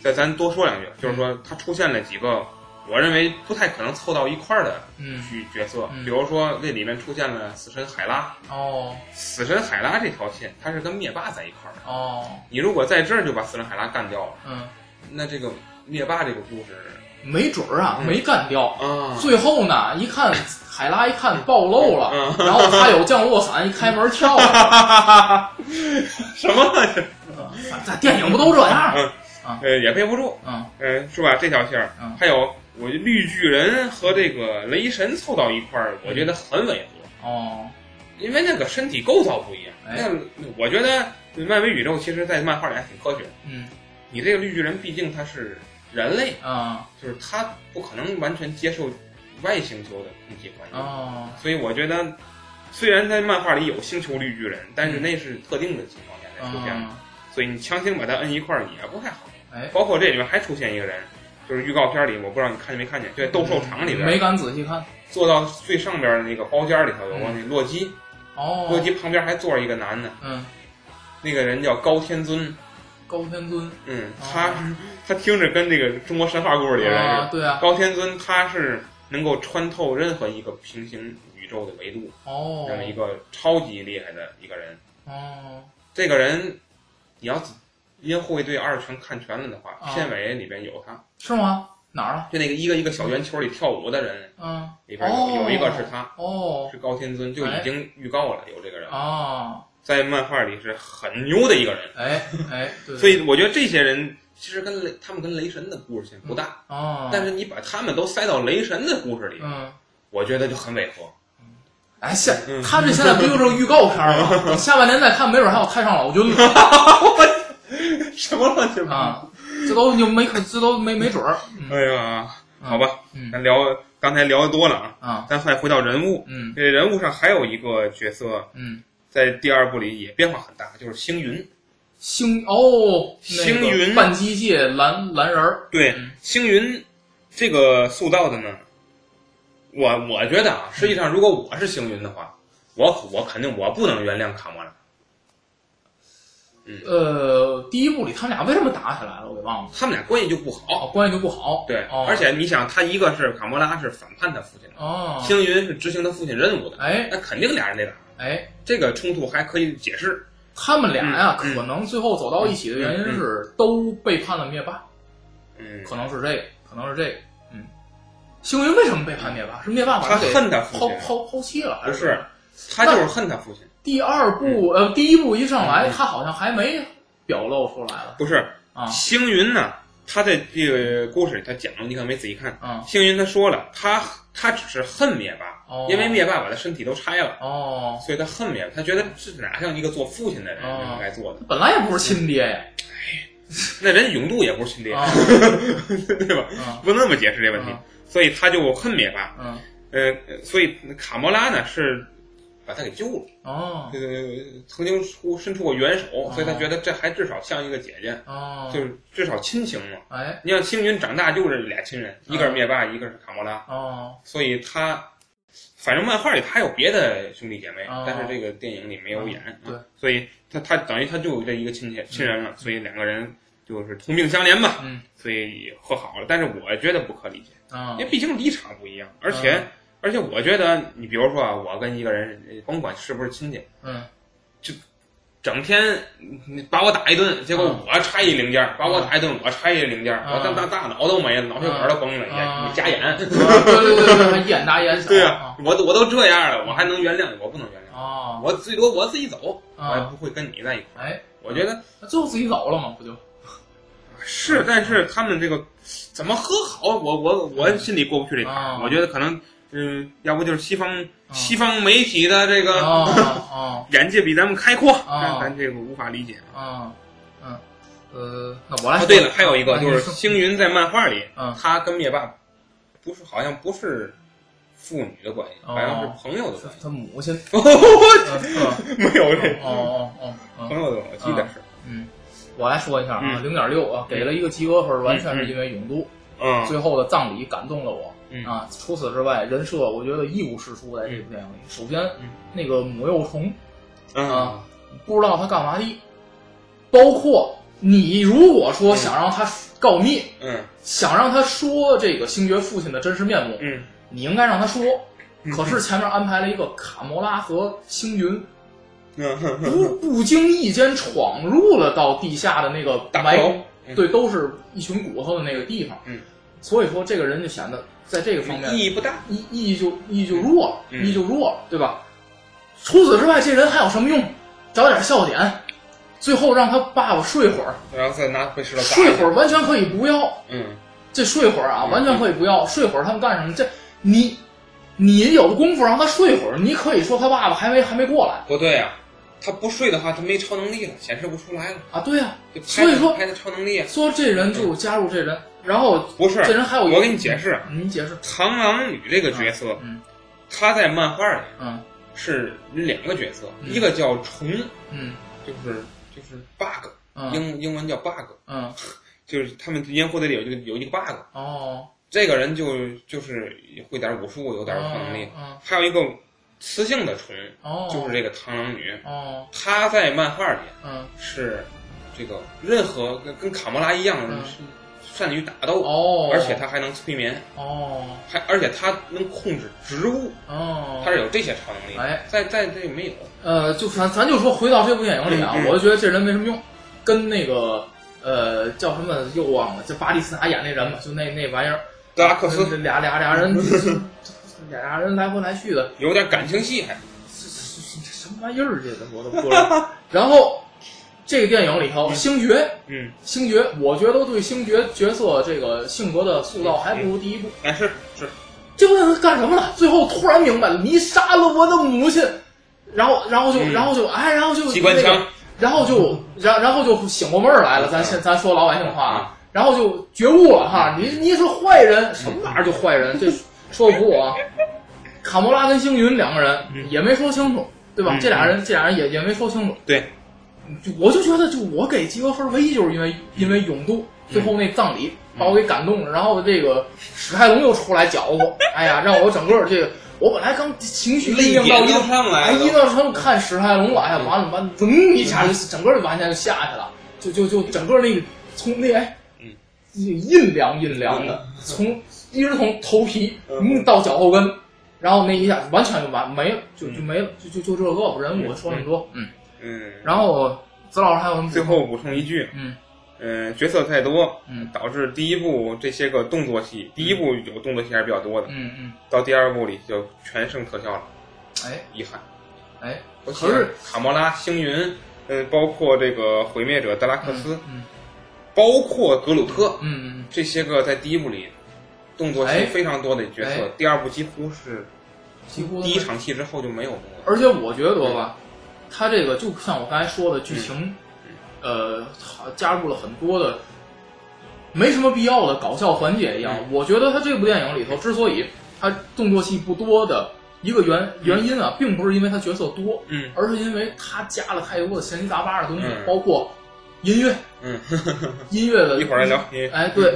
S4: 再咱多说两句，就是说
S1: 嗯
S4: 它出现了几个我认为不太可能凑到一块儿的
S1: 嗯
S4: 去角色，
S1: 嗯
S4: 比如说这里面出现了死神海拉，
S1: 哦
S4: 死神海拉这条线它是跟灭霸在一块儿的，
S1: 哦，
S4: 你如果在这儿就把死神海拉干掉了。
S1: 嗯，
S4: 那这个灭霸这个故事
S1: 没准儿啊，
S4: 嗯
S1: 没干掉。
S4: 啊
S1: 最后呢，一看海拉一看暴露了，
S4: 嗯
S1: 然后他有降落伞，一开门跳
S4: [laughs]
S1: 了。
S4: [laughs] 什么？
S1: 咱电影不都这样吗？
S4: 呃，也背不住，
S1: 嗯
S4: 嗯、是吧？这条线儿，
S1: 啊嗯
S4: 还有我觉得绿巨人和这个雷神凑到一块儿，我觉得很违和，
S1: 哦
S4: 因为那个身体构造不一样。
S1: 哎
S4: 那我觉得漫威宇宙其实，在漫画里还挺科学。
S1: 嗯
S4: 你这个绿巨人毕竟他是人类，
S1: 啊
S4: 就是他不可能完全接受外星球的空气环境，
S1: 哦
S4: 所以我觉得，虽然在漫画里有星球绿巨人，但是那是特定的情况下才出现的。
S1: 嗯
S4: 所以你强行把它摁一块儿也不太好。
S1: 哎
S4: 包括这里面还出现一个人，就是预告片里，我不知道你看见没看见，就在斗兽场里边，
S1: 嗯没敢仔细看。
S4: 坐到最上边的那个包间里头有个那洛基，
S1: 嗯哦，
S4: 洛基旁边还坐着一个男的，
S1: 嗯，
S4: 那个人叫高天尊，
S1: 高天尊
S4: 嗯，
S1: 哦
S4: 他、他听着跟这个中国神话故事里边似
S1: 啊
S4: 的，，
S1: 对啊，
S4: 高天尊他是能够穿透任何一个平行宇宙的维度，
S1: 哦
S4: 这么一个超级厉害的一个人。
S1: 哦，
S4: 这个人，你要仔因护卫队二全看全了的话，
S1: 啊
S4: 片尾里边有他。
S1: 是吗？哪儿啊？
S4: 就那个一个一个小圆球里跳舞的人，
S1: 嗯，
S4: 里边有、
S1: 哦
S4: 有一个是他，
S1: 哦
S4: 是高天尊，就已经预告了有这个人，
S1: 啊，
S4: 在漫画里是很牛的一个人，
S1: 哎哎，对，
S4: 所以我觉得这些人其实跟雷他们跟雷神的故事线不大，
S1: 哦，
S4: 但是你把他们都塞到雷神的故事里，
S1: 嗯。
S4: 我觉得就很违和。 [laughs]
S1: 哎，现
S4: 嗯
S1: 他这现在不就是个预告片儿
S4: [laughs]
S1: 吗？等下半年再看，没准还有太上老君呢
S4: 什么乱七八糟？
S1: 啊！这都就没可，这都没没准儿。嗯
S4: 哎呀，
S1: 嗯
S4: 好吧，
S1: 嗯
S4: 咱聊刚才聊的多了啊，
S1: 啊，
S4: 咱再回到人物，
S1: 嗯
S4: 这人物上还有一个角色
S1: 嗯，
S4: 在第二部里也变化很大，就是星云。
S1: 星哦，那
S4: 星
S1: 个
S4: 云
S1: 半机械蓝蓝人儿，
S4: 对
S1: 嗯，
S4: 星云这个塑造的呢，我我觉得啊，实际上如果我是星云的话，我我肯定我不能原谅卡莫拉，
S1: 呃，第一部里他们俩为什么打起来了？我给忘了，
S4: 他们俩关系就不好。
S1: 哦，关系就不好。
S4: 对，
S1: 哦、
S4: 而且你想，他一个是卡莫拉是反叛他父亲的，
S1: 哦，
S4: 星云是执行他父亲任务的，
S1: 哎
S4: 那肯定俩人得打。
S1: 哎，
S4: 这个冲突还可以解释，
S1: 他们俩呀、
S4: 嗯嗯
S1: 可能最后走到一起的原因是都背叛了灭霸，
S4: 嗯，
S1: 可能是这个，可能是这个。嗯，星云为什么背叛灭霸？是灭霸把
S4: 他
S1: 给
S4: 恨他父
S1: 抛
S4: 亲，
S1: 抛抛弃了，还
S4: 不
S1: 是什么
S4: 是，他就是恨他父亲，
S1: 第二部呃，第一部一上来，
S4: 嗯
S1: 他好像还没表露出来了
S4: 不是
S1: 啊
S4: 星云呢？他在这个故事里，他讲了，你可能没仔细看，
S1: 啊
S4: 星云他说了，他他只是恨灭霸，
S1: 哦
S4: 因为灭霸把他身体都拆了，
S1: 哦，
S4: 所以他恨灭霸，他觉得这哪像一个做父亲的人
S1: 哦
S4: 应该做的？
S1: 本来也不是亲爹呀
S4: 那人永度也不是亲爹， [laughs]
S1: 啊
S4: 对吧？
S1: 啊
S4: 不能那么解释这问题，
S1: 啊
S4: 所以他就恨灭霸。
S1: 嗯
S4: 呃，所以卡莫拉呢是把他给救了，
S1: 哦
S4: 呃，曾经出伸出过援手，所以他觉得这还至少像一个姐姐，
S1: 哦，
S4: 就是至少亲情嘛。
S1: 哎
S4: 你像星云长大就是俩亲人，一个是灭霸，一个是卡莫拉，
S1: 哦
S4: 所以他反正漫画里他有别的兄弟姐妹，
S1: 哦
S4: 但是这个电影里没有演，
S1: 对
S4: 啊所以他他等于他就有这一个亲戚亲人了，所以两个人就是同病相怜吧，
S1: 嗯
S4: 所以也和好了。但是我觉得不可理解，
S1: 啊
S4: 因为毕竟立场不一样，而且、
S1: 嗯
S4: 而且我觉得你比如说啊，我跟一个人，呃甭管是不是亲戚，
S1: 嗯
S4: 整天嗯把我打一顿，结果
S1: 嗯
S4: 我差一零件，把我打一顿，我差一零件，
S1: 嗯
S4: 我大大大脑都没了，脑血管都崩了，
S1: 嗯
S4: 也你瞎演。 [laughs]
S1: 啊对对对对，还眼大眼小，
S4: 对啊，我都我都这样了，我还能原谅你？我不能原谅你，
S1: 啊，
S4: 我最多我自己走，
S1: 啊
S4: 我也不会跟你在一块儿。
S1: 哎，
S4: 我觉得
S1: 那最后自己走了嘛，
S4: [laughs]
S1: 不就？
S4: 是，但是他们这个怎么和好，我我我心里过不去这
S1: 啊
S4: 坎。我觉得可能，嗯，要不就是西方
S1: 啊
S4: 西方媒体的这
S1: 啊
S4: 个
S1: 啊
S4: 眼界比咱们开阔，
S1: 啊
S4: 但咱这个无法理解。
S1: 啊啊，嗯呃，那我来
S4: 哦，
S1: 说。
S4: 对了，还有一个就是
S1: 啊你说
S4: 星云在漫画里
S1: 嗯，
S4: 他跟灭霸不是好像不是父女的关系，
S1: 哦
S4: 好像是朋友的关系。
S1: 他母亲，
S4: 哦，
S1: 嗯是吧
S4: [laughs] 没有这
S1: 哦哦哦哦
S4: 朋
S1: 嗯，
S4: 友的，我记得是，
S1: 嗯，我来说一下啊，
S4: 嗯
S1: 零点六啊，给了一个及格分，完全是因为勇都
S4: 嗯，
S1: 最后的葬礼感动了我
S4: 嗯
S1: 啊。除此之外，人设我觉得一无是处，在这部电影里。首先
S4: 嗯，
S1: 那个母幼虫
S4: 嗯
S1: 啊，不知道他干嘛的，包括你如果说想让他告密，
S4: 嗯
S1: 想让他说这个星爵父亲的真实面目，
S4: 嗯
S1: 你应该让他说。可是前面安排了一个卡魔拉和星云，
S4: 嗯，
S1: 不不经意间闯入了到地下的那个
S4: 大
S1: 埋
S4: 头，嗯
S1: 对，都是一群骨头的那个地方。
S4: 嗯，
S1: 所以说这个人就显得在这个方面
S4: 意义不大。
S1: 嗯意意义就意义就弱了，
S4: 嗯
S1: 意义就弱了，对吧？除此之外，这人还有什么用？找点笑点，最后让他爸爸睡会儿，
S4: 然后再拿回石头砸
S1: 睡
S4: 一
S1: 会
S4: 下。
S1: 儿完全可以不要，
S4: 嗯
S1: 这睡会儿啊，
S4: 嗯
S1: 完全可以不要，睡会儿他们干什么？这你你有功夫让他睡会儿，你可以说他爸爸还没还没过来
S4: 不对啊，他不睡的话，他没超能力了，显示不出来了。
S1: 啊，对呀、
S4: 就拍
S1: 所以说
S4: 拍他超能力啊，
S1: 说这人就加入这人，然后
S4: 不是
S1: 这人还有一
S4: 我给你解释，
S1: 你解释，
S4: 螳螂女这个角色，
S1: 嗯
S4: 她在漫画里
S1: 嗯
S4: 是两个角色，
S1: 嗯
S4: 一个叫虫，
S1: 嗯
S4: 就是就是 bug，
S1: 嗯
S4: 英英文叫 bug，
S1: 嗯
S4: 就是他们烟火队里有一个有一个 bug，
S1: 哦，
S4: 这个人就就是会点武术，有
S1: 有
S4: 点超能力，
S1: 嗯
S4: 还有一个雌性的虫，
S1: 哦，
S4: 就是这个螳螂女，
S1: 哦
S4: 她在漫画里
S1: 嗯
S4: 是这个任何跟跟卡莫拉一样
S1: 嗯
S4: 是善于打斗，
S1: 哦，
S4: 而且她还能催眠，
S1: 哦
S4: 还而且她能控制植物，
S1: 哦，
S4: 她是有这些超能力。
S1: 哎
S4: 在在这没有，
S1: 呃，就咱咱就说回到这部电影里啊，
S4: 嗯嗯
S1: 我就觉得这人没什么用，跟那个呃叫什么又忘了，就巴蒂斯塔演那人嘛，就那那玩意儿，嗯
S4: 德拉克斯
S1: 这俩俩俩人， [laughs] 俩俩人来回来去的，
S4: 有点感情戏还，
S1: 这这这什么玩意
S4: [laughs]
S1: 儿？这个我都不知道。然后这个电影里头，星爵。
S4: 嗯，
S1: 星爵，我觉得对星爵角色这个性格的塑造还不如第一部。
S4: 哎是是，
S1: 这不是干什么了？最后突然明白了，你杀了我的母亲，然后，然后就，
S4: 嗯
S1: 然后就，哎，然后就
S4: 机关
S1: 那个
S4: 枪，
S1: 然后就，然然后就醒过味儿来了。咱
S4: 嗯
S1: 先咱说老百姓话啊，然后就觉悟了哈。你你是坏人，什么
S4: 嗯
S1: 玩意儿就坏人，这说服我
S4: [laughs]
S1: 啊。卡莫拉跟星云两个人
S4: 嗯
S1: 也没说清楚，对吧？
S4: 嗯
S1: 这俩人这俩人也也没说清楚。
S4: 对，
S1: 就我就觉得，就我给及格分，唯一就是因为因
S4: 嗯
S1: 为勇度最后那葬礼把我给感动了，然后这个史泰龙又出来搅和，哎呀，让我整个这个，我本来刚情绪
S4: 泪
S1: 酝酿到一
S4: 点都
S1: 个
S4: 上来
S1: 哎，一
S4: 了，
S1: 到成看史泰龙，哎呀，完了完了，噔一下就整个就完全就下去了，就就就整个那个从那哎，
S4: 嗯，
S1: 阴凉阴凉的，从一直从头皮嗯到脚后跟，然后那一下完全就完没了，就就没了，就就就这个人物我说那么多，嗯，
S4: 嗯，
S1: 然后子老师还有什么补充
S4: 最后补充一句，
S1: 嗯
S4: 嗯，角色太多，
S1: 嗯
S4: 导致第一部这些个动作戏，第一部有动作戏还是比较多的，
S1: 嗯嗯，
S4: 到第二部里就全剩特效了，
S1: 哎
S4: 遗憾。
S1: 哎，
S4: 尤其
S1: 可是
S4: 卡莫拉、星云，嗯，包括这个毁灭者德拉克斯，
S1: 嗯
S4: 包括格鲁特
S1: 嗯嗯
S4: 这些个在第一部里动作戏
S1: 哎
S4: 非常多的角色
S1: 哎，
S4: 第二部几乎是
S1: 嗯，几乎都
S4: 第一场戏之后就没有动作。
S1: 而且我觉得吧，它这个就像我刚才说的剧
S4: 嗯
S1: 情，呃，好加入了很多的没什么必要的搞笑环节一样。
S4: 嗯
S1: 我觉得它这部电影里头之所以它动作戏不多的一个原原因啊，并不是因为它角色多，
S4: 嗯
S1: 而是因为它加了太多的闲七杂八的东西
S4: 嗯，
S1: 包括音乐，
S4: 嗯，
S1: 音乐的
S4: [laughs] 一会儿来聊。你
S1: 哎，对，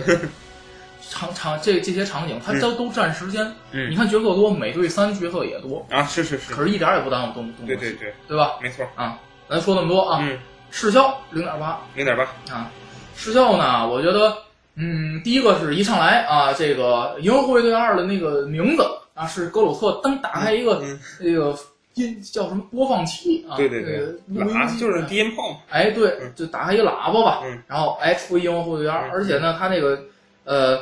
S1: 场场这这些场景，它都都占时间。
S4: 嗯
S1: 你看角色多，美队三角色也多，
S4: 啊，是是是，
S1: 可是一点儿也不耽误动动作
S4: 对
S1: 戏，
S4: 对对，
S1: 对吧？
S4: 没错，
S1: 啊，咱说那么多啊，
S4: 嗯，
S1: 视效零点八
S4: 零点八，
S1: 啊，视效呢，我觉得，嗯，第一个是一上来啊，这个《银河护卫队二》的那个名字啊，是格鲁特当打开一个
S4: 嗯，
S1: 那个音叫什么播放器啊，
S4: 对对
S1: 那个
S4: 对，
S1: 录音
S4: 喇
S1: 机
S4: 啊就是低音炮嘛，
S1: 哎，对
S4: 嗯，
S1: 就打开一个喇叭吧，
S4: 嗯
S1: 然后哎出一英护卫员，
S4: 嗯
S1: 而且呢，他那个呃，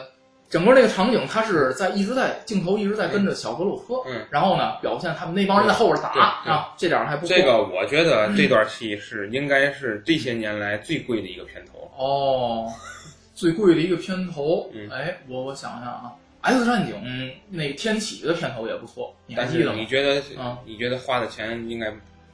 S1: 整个这个场景，他是在一直在镜头一直在跟着小格鲁特，
S4: 嗯
S1: 然后呢，表现他们那帮人在后边打
S4: 对对
S1: 啊，这点儿还不错。
S4: 这个我觉得这段戏是应该是这些年来最贵的一个片头，
S1: 哦，最贵的一个片头，
S4: 嗯
S1: 哎，我我想想啊，《X 战警》那个天启的片头也不错，你还
S4: 但
S1: 记
S4: 是
S1: 得
S4: 你
S1: 吗？
S4: 觉得
S1: 啊
S4: 你觉得花的钱应该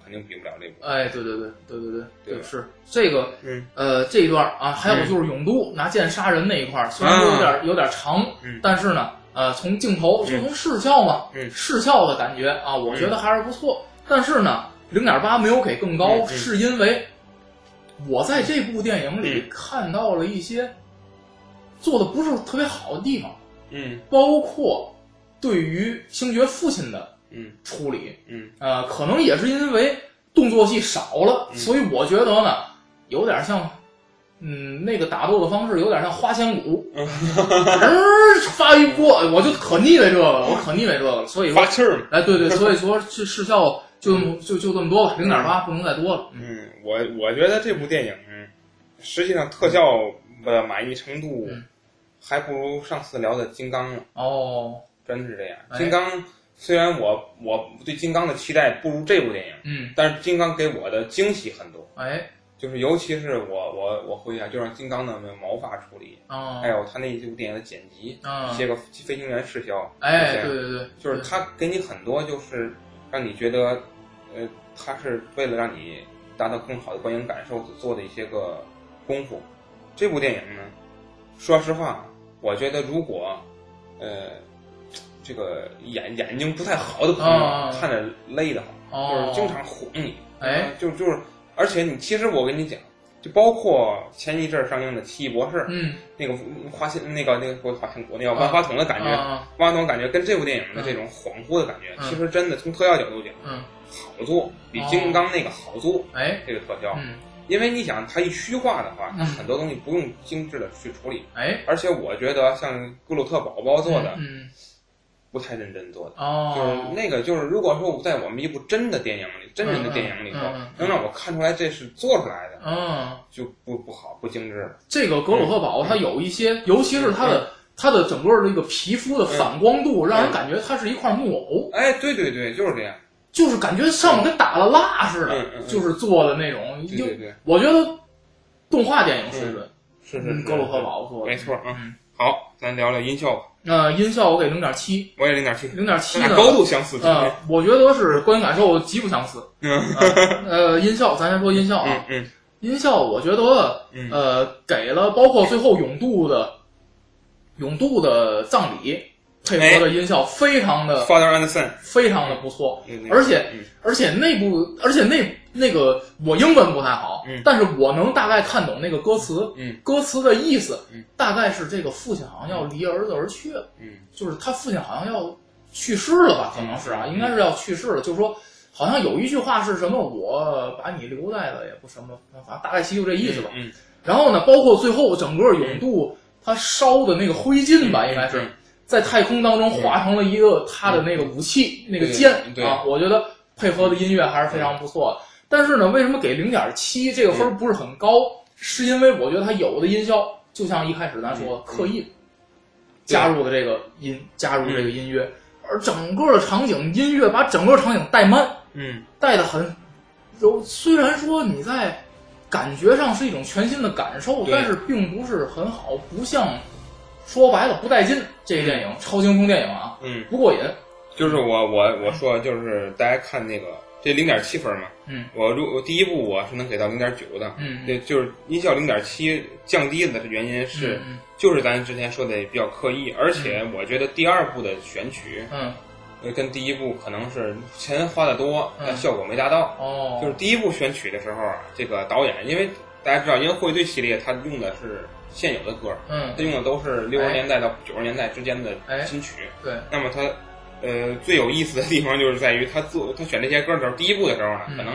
S4: 肯定比不了这部，
S1: 哎，对对对对对对
S4: 对吧
S1: 是这个
S4: 嗯
S1: 呃这一段啊，还有就是勇都拿剑杀人那一块儿，虽然说有点、有点长，
S4: 啊嗯
S1: 但是呢，呃，从镜头就从视效嘛，
S4: 嗯
S1: 视效的感觉啊，我觉得还是不错。但是呢，零点八没有给更高，
S4: 嗯嗯
S1: 是因为我在这部电影里
S4: 嗯
S1: 看到了一些做的不是特别好的地方，
S4: 嗯
S1: 包括对于星爵父亲的
S4: 嗯
S1: 处理，
S4: 嗯
S1: 呃，可能也是因为动作戏少了，
S4: 嗯
S1: 所以我觉得呢，有点像，嗯，那个打斗的方式有点像花千骨，
S4: 嗯
S1: 儿发一波，我就可腻歪这个了，我可腻歪这个了，所以
S4: 嗯，
S1: 说
S4: [laughs] 发，气儿嘛，
S1: 哎，对对，所以说这视效就就就这么多吧，零点八不能再多了，嗯
S4: 嗯，我我觉得这部电影嗯实际上特效的满意程度
S1: 嗯
S4: 还不如上次聊的金刚呢。
S1: 哦，
S4: 真是这样。
S1: 哎
S4: 金刚虽然我我对金刚的期待不如这部电影，
S1: 嗯，
S4: 但是金刚给我的惊喜很多，
S1: 哎，
S4: 就是尤其是我我我回想，就让金刚的毛发处理，
S1: 哦
S4: 还，有他那部电影的剪辑，
S1: 嗯
S4: 一些个飞行员视效，
S1: 哎，对
S4: 这些
S1: 对对，
S4: 就是他给你很多就是让你觉得，呃，他是为了让你达到更好的观影感受所做的一些个功夫。这部电影呢，说实话，我觉得如果，呃，这个眼眼睛不太好的朋友、
S1: 啊
S4: 看着累得慌，
S1: 哦，
S4: 就是经常哄你，
S1: 哎
S4: 呃，就就是，而且你其实我跟你讲，就包括前一阵儿上映的《奇异博士》
S1: 嗯，
S4: 那个花心那个那个不是花心国那叫
S1: 啊
S4: 万花筒的感觉，
S1: 啊，
S4: 挖总感觉跟这部电影的这种恍惚的感觉，
S1: 嗯
S4: 其实真的从特效角度讲，
S1: 嗯，
S4: 好做，比金刚那个好做。
S1: 哎，
S4: 这个特效，
S1: 嗯，
S4: 因为你想，它一虚化的话，
S1: 嗯
S4: 很多东西不用精致的去处理。
S1: 哎，
S4: 而且我觉得像格鲁特宝宝做的，
S1: 嗯，
S4: 不太认真做的，就是
S1: 哦，
S4: 那个就是，如果说我在我们一部真的电影里，真人的电影里头
S1: 嗯嗯嗯，
S4: 能让我看出来这是做出来的，
S1: 嗯。
S4: 就不不好，不精致了。
S1: 这个格鲁特堡
S4: 嗯
S1: 它有一些，尤其是它的它的整个这个皮肤的反光度，让
S4: 嗯
S1: 人感觉它是一块木偶，
S4: 哎，对对对，就是这样。
S1: 就是感觉像跟打了蜡似
S4: 嗯嗯
S1: 的，
S4: 嗯
S1: 就是做的那种。
S4: 对
S1: 就
S4: 对对，
S1: 我觉得动画电影水准，
S4: 是是
S1: 嗯
S4: 是，
S1: 格鲁特堡做的
S4: 没错啊。
S1: 嗯
S4: 好，咱聊聊音效吧，
S1: 那音效我给零点七，
S4: 我也零点七。
S1: 零点七
S4: 咱
S1: 呢？
S4: 俩高度相似。
S1: 呃，我觉得是观影感受极不相似。
S4: 嗯
S1: 啊呃，音效，咱先说音效啊
S4: 嗯，嗯
S1: 音效我觉得
S4: 嗯
S1: 呃，给了包括最后永渡的永渡的葬礼配合的音效，非常的、
S4: 呃，Father Anderson，
S1: 非常的不错
S4: 嗯，
S1: 而且
S4: 嗯
S1: 而且那部而且那那个我英文不太好，
S4: 嗯
S1: 但是我能大概看懂那个歌词，
S4: 嗯
S1: 歌词的意思，
S4: 嗯
S1: 大概是这个父亲好像要离儿子而去了，
S4: 嗯
S1: 就是他父亲好像要去世了吧，可能是啊，
S4: 嗯
S1: 应该是要去世了，就是说。好像有一句话是什么？我把你留在了，也不什么，反正大概其就这意思吧。
S4: 嗯，
S1: 然后呢，包括最后整个永渡他烧的那个灰烬吧，应该是
S4: 嗯
S1: 在太空当中化成了一个他的那个武器，那个剑
S4: 嗯对嗯
S1: 啊，我觉得配合的音乐还是非常不错的。但是呢，为什么给零点七这个分儿不是很高？是因为我觉得它有的音效就像一开始咱说的
S4: 嗯嗯
S1: 刻意加入的这个音，加入这个音乐，而整个的场景音乐把整个场景带慢，
S4: 嗯
S1: 带的很柔。虽然说你在感觉上是一种全新的感受，
S4: 对
S1: 但是并不是很好，不像说白了不带劲。这个电影、超惊风电影啊，
S4: 嗯，
S1: 不过瘾。
S4: 就是我我我说就是大家看那个这零点七分嘛，
S1: 嗯
S4: 我如我第一部我是能给到零点九的。
S1: 嗯，
S4: 对，就是音效零点七降低的原因是，
S1: 嗯
S4: 就是咱之前说的比较刻意，而且我觉得第二部的选曲
S1: 嗯
S4: 呃跟第一部可能是钱花的多，
S1: 嗯
S4: 但效果没达到。
S1: 哦，
S4: 就是第一部选曲的时候啊，这个导演，因为大家知道《银河护卫队》系列，它用的是现有的歌，
S1: 嗯，
S4: 他用的都是六十年代到九十年代之间的
S1: 哎
S4: 金曲。
S1: 对，
S4: 那么他，呃，最有意思的地方就是在于他做他选这些歌的时候，第一步的时候呢，
S1: 嗯
S4: 可能，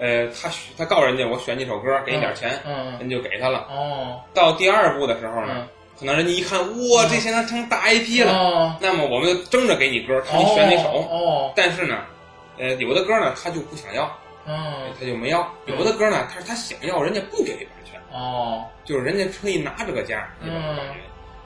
S4: 呃，他选他告人家我选几首歌，给你点钱，
S1: 嗯，嗯
S4: 人家就给他了。
S1: 哦，
S4: 到第二步的时候呢，
S1: 嗯，
S4: 可能人家一看，哇，这现在成大 IP 了，
S1: 哦，
S4: 那么我们就争着给你歌，看你选哪首。
S1: 哦，
S4: 但是呢，呃，有的歌呢他就不想要，
S1: 嗯，
S4: 他就没要；有的歌呢，他是他想要，人家不给版权，
S1: 哦，
S4: 就是人家可以拿这个价。那种感觉
S1: 嗯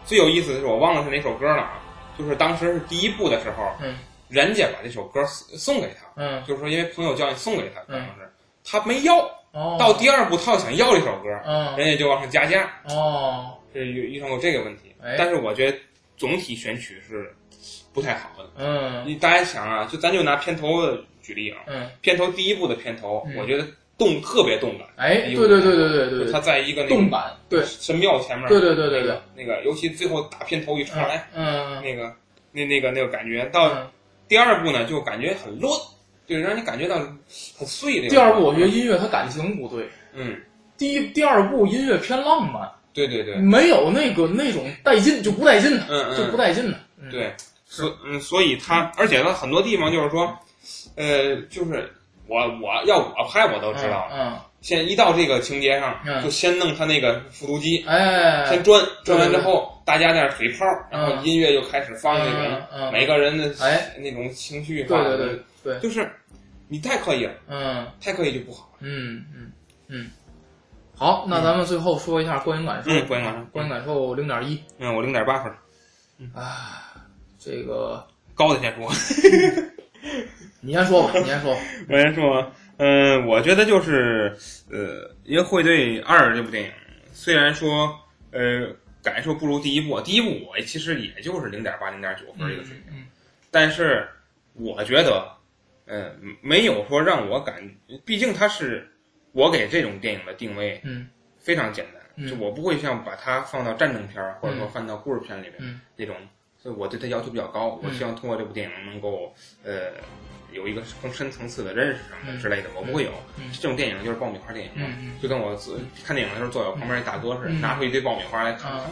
S4: 最有意思的是，我忘了是哪首歌了啊，就是当时是第一部的时候，
S1: 嗯，
S4: 人家把这首歌送送给他，
S1: 嗯，
S4: 就是说因为朋友叫你送给他，可
S1: 嗯
S4: 能是他没要。
S1: 哦，
S4: 到，第二部他又想要这首歌，
S1: 嗯，
S4: 人家就往上加价，
S1: 哦，
S4: 是遇遇上过这个问题
S1: 哎。
S4: 但是我觉得总体选曲是不太好的。
S1: 嗯，
S4: 你大家想啊，就咱就拿片头的举例啊，
S1: 嗯，
S4: 片头第一部的片头，
S1: 嗯
S4: 我觉得动特别动感。
S1: 哎，对对对对对
S4: 就
S1: 对
S4: 他
S1: 对，
S4: 在一个那个
S1: 动感，对，
S4: 神庙前面，
S1: 对对对对对，
S4: 那个那个，尤其最后大片头一出来，
S1: 嗯，
S4: 那个那那个那个感觉，到
S1: 嗯
S4: 第二部呢就感觉很乱，就是让你感觉到很碎。
S1: 第二部我觉得，音乐它感情不对，
S4: 嗯，
S1: 第一第二部音乐偏浪漫，
S4: 对对对，
S1: 没有那个那种带劲，就不带劲的，
S4: 嗯
S1: 就不
S4: 嗯，
S1: 带劲的，嗯，
S4: 对，所嗯，所以他，而且他很多地方就是说，呃，就是我我要我拍我都
S1: 嗯，
S4: 知道了，
S1: 嗯，
S4: 现在一到这个情节
S1: 嗯
S4: 上，就先弄他那个复读机，
S1: 哎
S4: 先，转
S1: 对
S4: 转完之
S1: 对
S4: 后，大家在那儿嘴炮，然后
S1: 嗯
S4: 音乐就开始放那种
S1: 嗯嗯
S4: 每个人的
S1: 哎
S4: 那种情绪
S1: 对
S4: 化
S1: 对
S4: 的，
S1: 对对，
S4: 就是你太刻意了，
S1: 嗯。
S4: 太刻意就不好。
S1: 嗯嗯嗯，好，那咱们最后说一下观影感受。
S4: 嗯观影感受
S1: 观影感受零点一
S4: 嗯，我零点八分，
S1: 啊，这个
S4: 高的先说。
S1: 你先说吧，
S4: 嗯
S1: 你先说。
S4: [laughs] 我先说，嗯、我觉得就是呃，《约会队二》这部电影，虽然说呃感受不如第一部，第一部我其实也就是零点八、零点九分这个水平，
S1: 嗯
S4: 但是我觉得，呃，没有说让我感，毕竟它是我给这种电影的定位，
S1: 嗯
S4: 非常简单，
S1: 嗯
S4: 就我不会像把它放到战争片儿，或者说
S1: 嗯
S4: 放到故事片里面、
S1: 嗯
S4: 那种，所以我对它要求比较高。
S1: 嗯
S4: 我希望通过这部电影能够呃有一个更深层次的认识什么
S1: 嗯
S4: 的之类的，我不会有、
S1: 嗯
S4: 这种电影就是爆米花电影嘛，
S1: 嗯
S4: 就跟我坐看电影的时候坐我旁边一大哥似的，
S1: 嗯
S4: 拿出一堆爆米花来看，
S1: 啊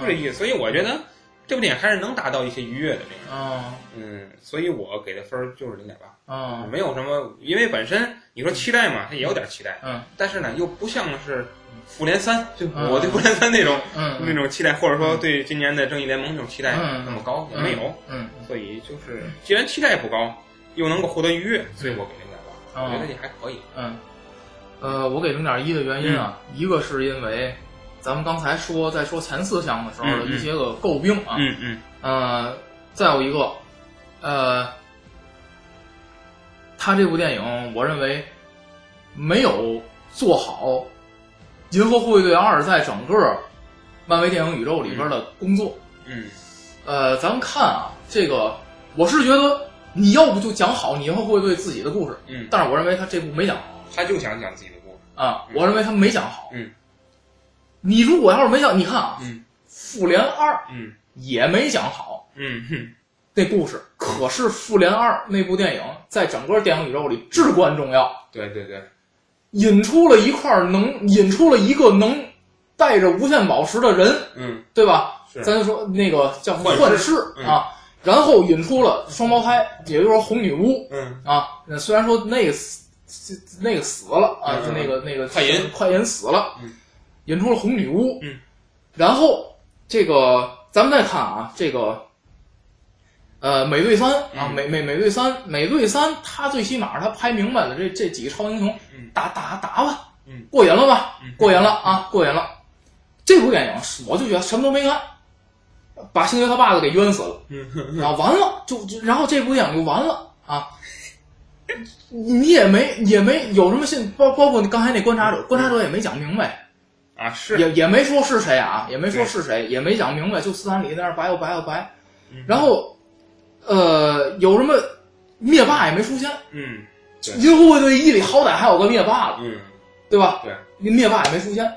S4: 就这意思。所以我觉得这部电影还是能达到一些愉悦的这样。
S1: 啊
S4: 嗯，所以我给的分儿就是零点八，
S1: 啊
S4: 没有什么，因为本身你说期待嘛，它也有点期待，
S1: 嗯
S4: 但是呢，又不像是复联三，就
S1: 嗯
S4: 我对复联三那种、那
S1: 嗯
S4: 种期待，或者说对今年的正义联盟那种期待
S1: 嗯
S4: 那么高，也没有。
S1: 嗯
S4: 所以就是，既然期待不高，又能够获得愉悦，所以我给零点八，
S1: 哦
S4: 我觉得也还可以。
S1: 嗯，呃，我给零点一的原因啊，一个是因为咱们刚才说在说前四项的时候的一些个诟病啊，
S4: 嗯嗯
S1: 呃，再有一个，呃，他这部电影，我认为没有做好《银河护卫队二》在整个漫威电影宇宙里边的工作。
S4: 嗯
S1: 呃，咱们看啊，这个我是觉得你要不就讲好你银河护卫队自己的故事，
S4: 嗯，
S1: 但是我认为他这部没讲好
S4: 他就想讲自己的故事。
S1: 啊，
S4: 嗯
S1: 我认为他没讲好。
S4: 嗯，
S1: 你如果要是没讲，你看啊，
S4: 嗯
S1: 复联二》
S4: 嗯
S1: 也没讲好。
S4: 嗯哼
S1: 那故事。可是《复联二》那部电影在整个电影宇宙里至关重要，
S4: 对对对，
S1: 引出了一块儿能引出了一个能带着无限宝石的人，
S4: 嗯
S1: 对吧？
S4: 是
S1: 咱就说那个叫
S4: 幻视
S1: 幻视
S4: 嗯
S1: 啊，然后引出了双胞胎，也就是说红女巫
S4: 嗯
S1: 啊。那虽然说那个死那个死了啊，
S4: 嗯
S1: 就那个那个
S4: 快银
S1: 快银死了
S4: 嗯，
S1: 引出了红女巫，
S4: 嗯
S1: 然后这个咱们再看啊，这个呃美队三啊，
S4: 嗯
S1: 美美美队三，美队三他最起码他拍明白了这这几个超英雄
S4: 嗯
S1: 打打打吧，
S4: 嗯
S1: 过瘾了吧
S4: 嗯，
S1: 过瘾了啊，过瘾了。这部电影是我就觉得什么都没干，把星爵他爸爸给冤死了，
S4: 嗯哼
S1: 啊，完了就就然后这部电影就完了啊。你也没也没有什么信，包包括你刚才那观察者，观察者也没讲明白，
S4: 啊是
S1: 也也没说是谁啊，也没说是谁，也没讲明白，就斯坦李在那儿白又白又白
S4: 嗯，
S1: 然后，呃，有什么灭霸也没出现，
S4: 嗯对
S1: 银河护卫队一里好歹还有个灭霸了，
S4: 嗯
S1: 对吧？
S4: 对
S1: 灭霸也没出现，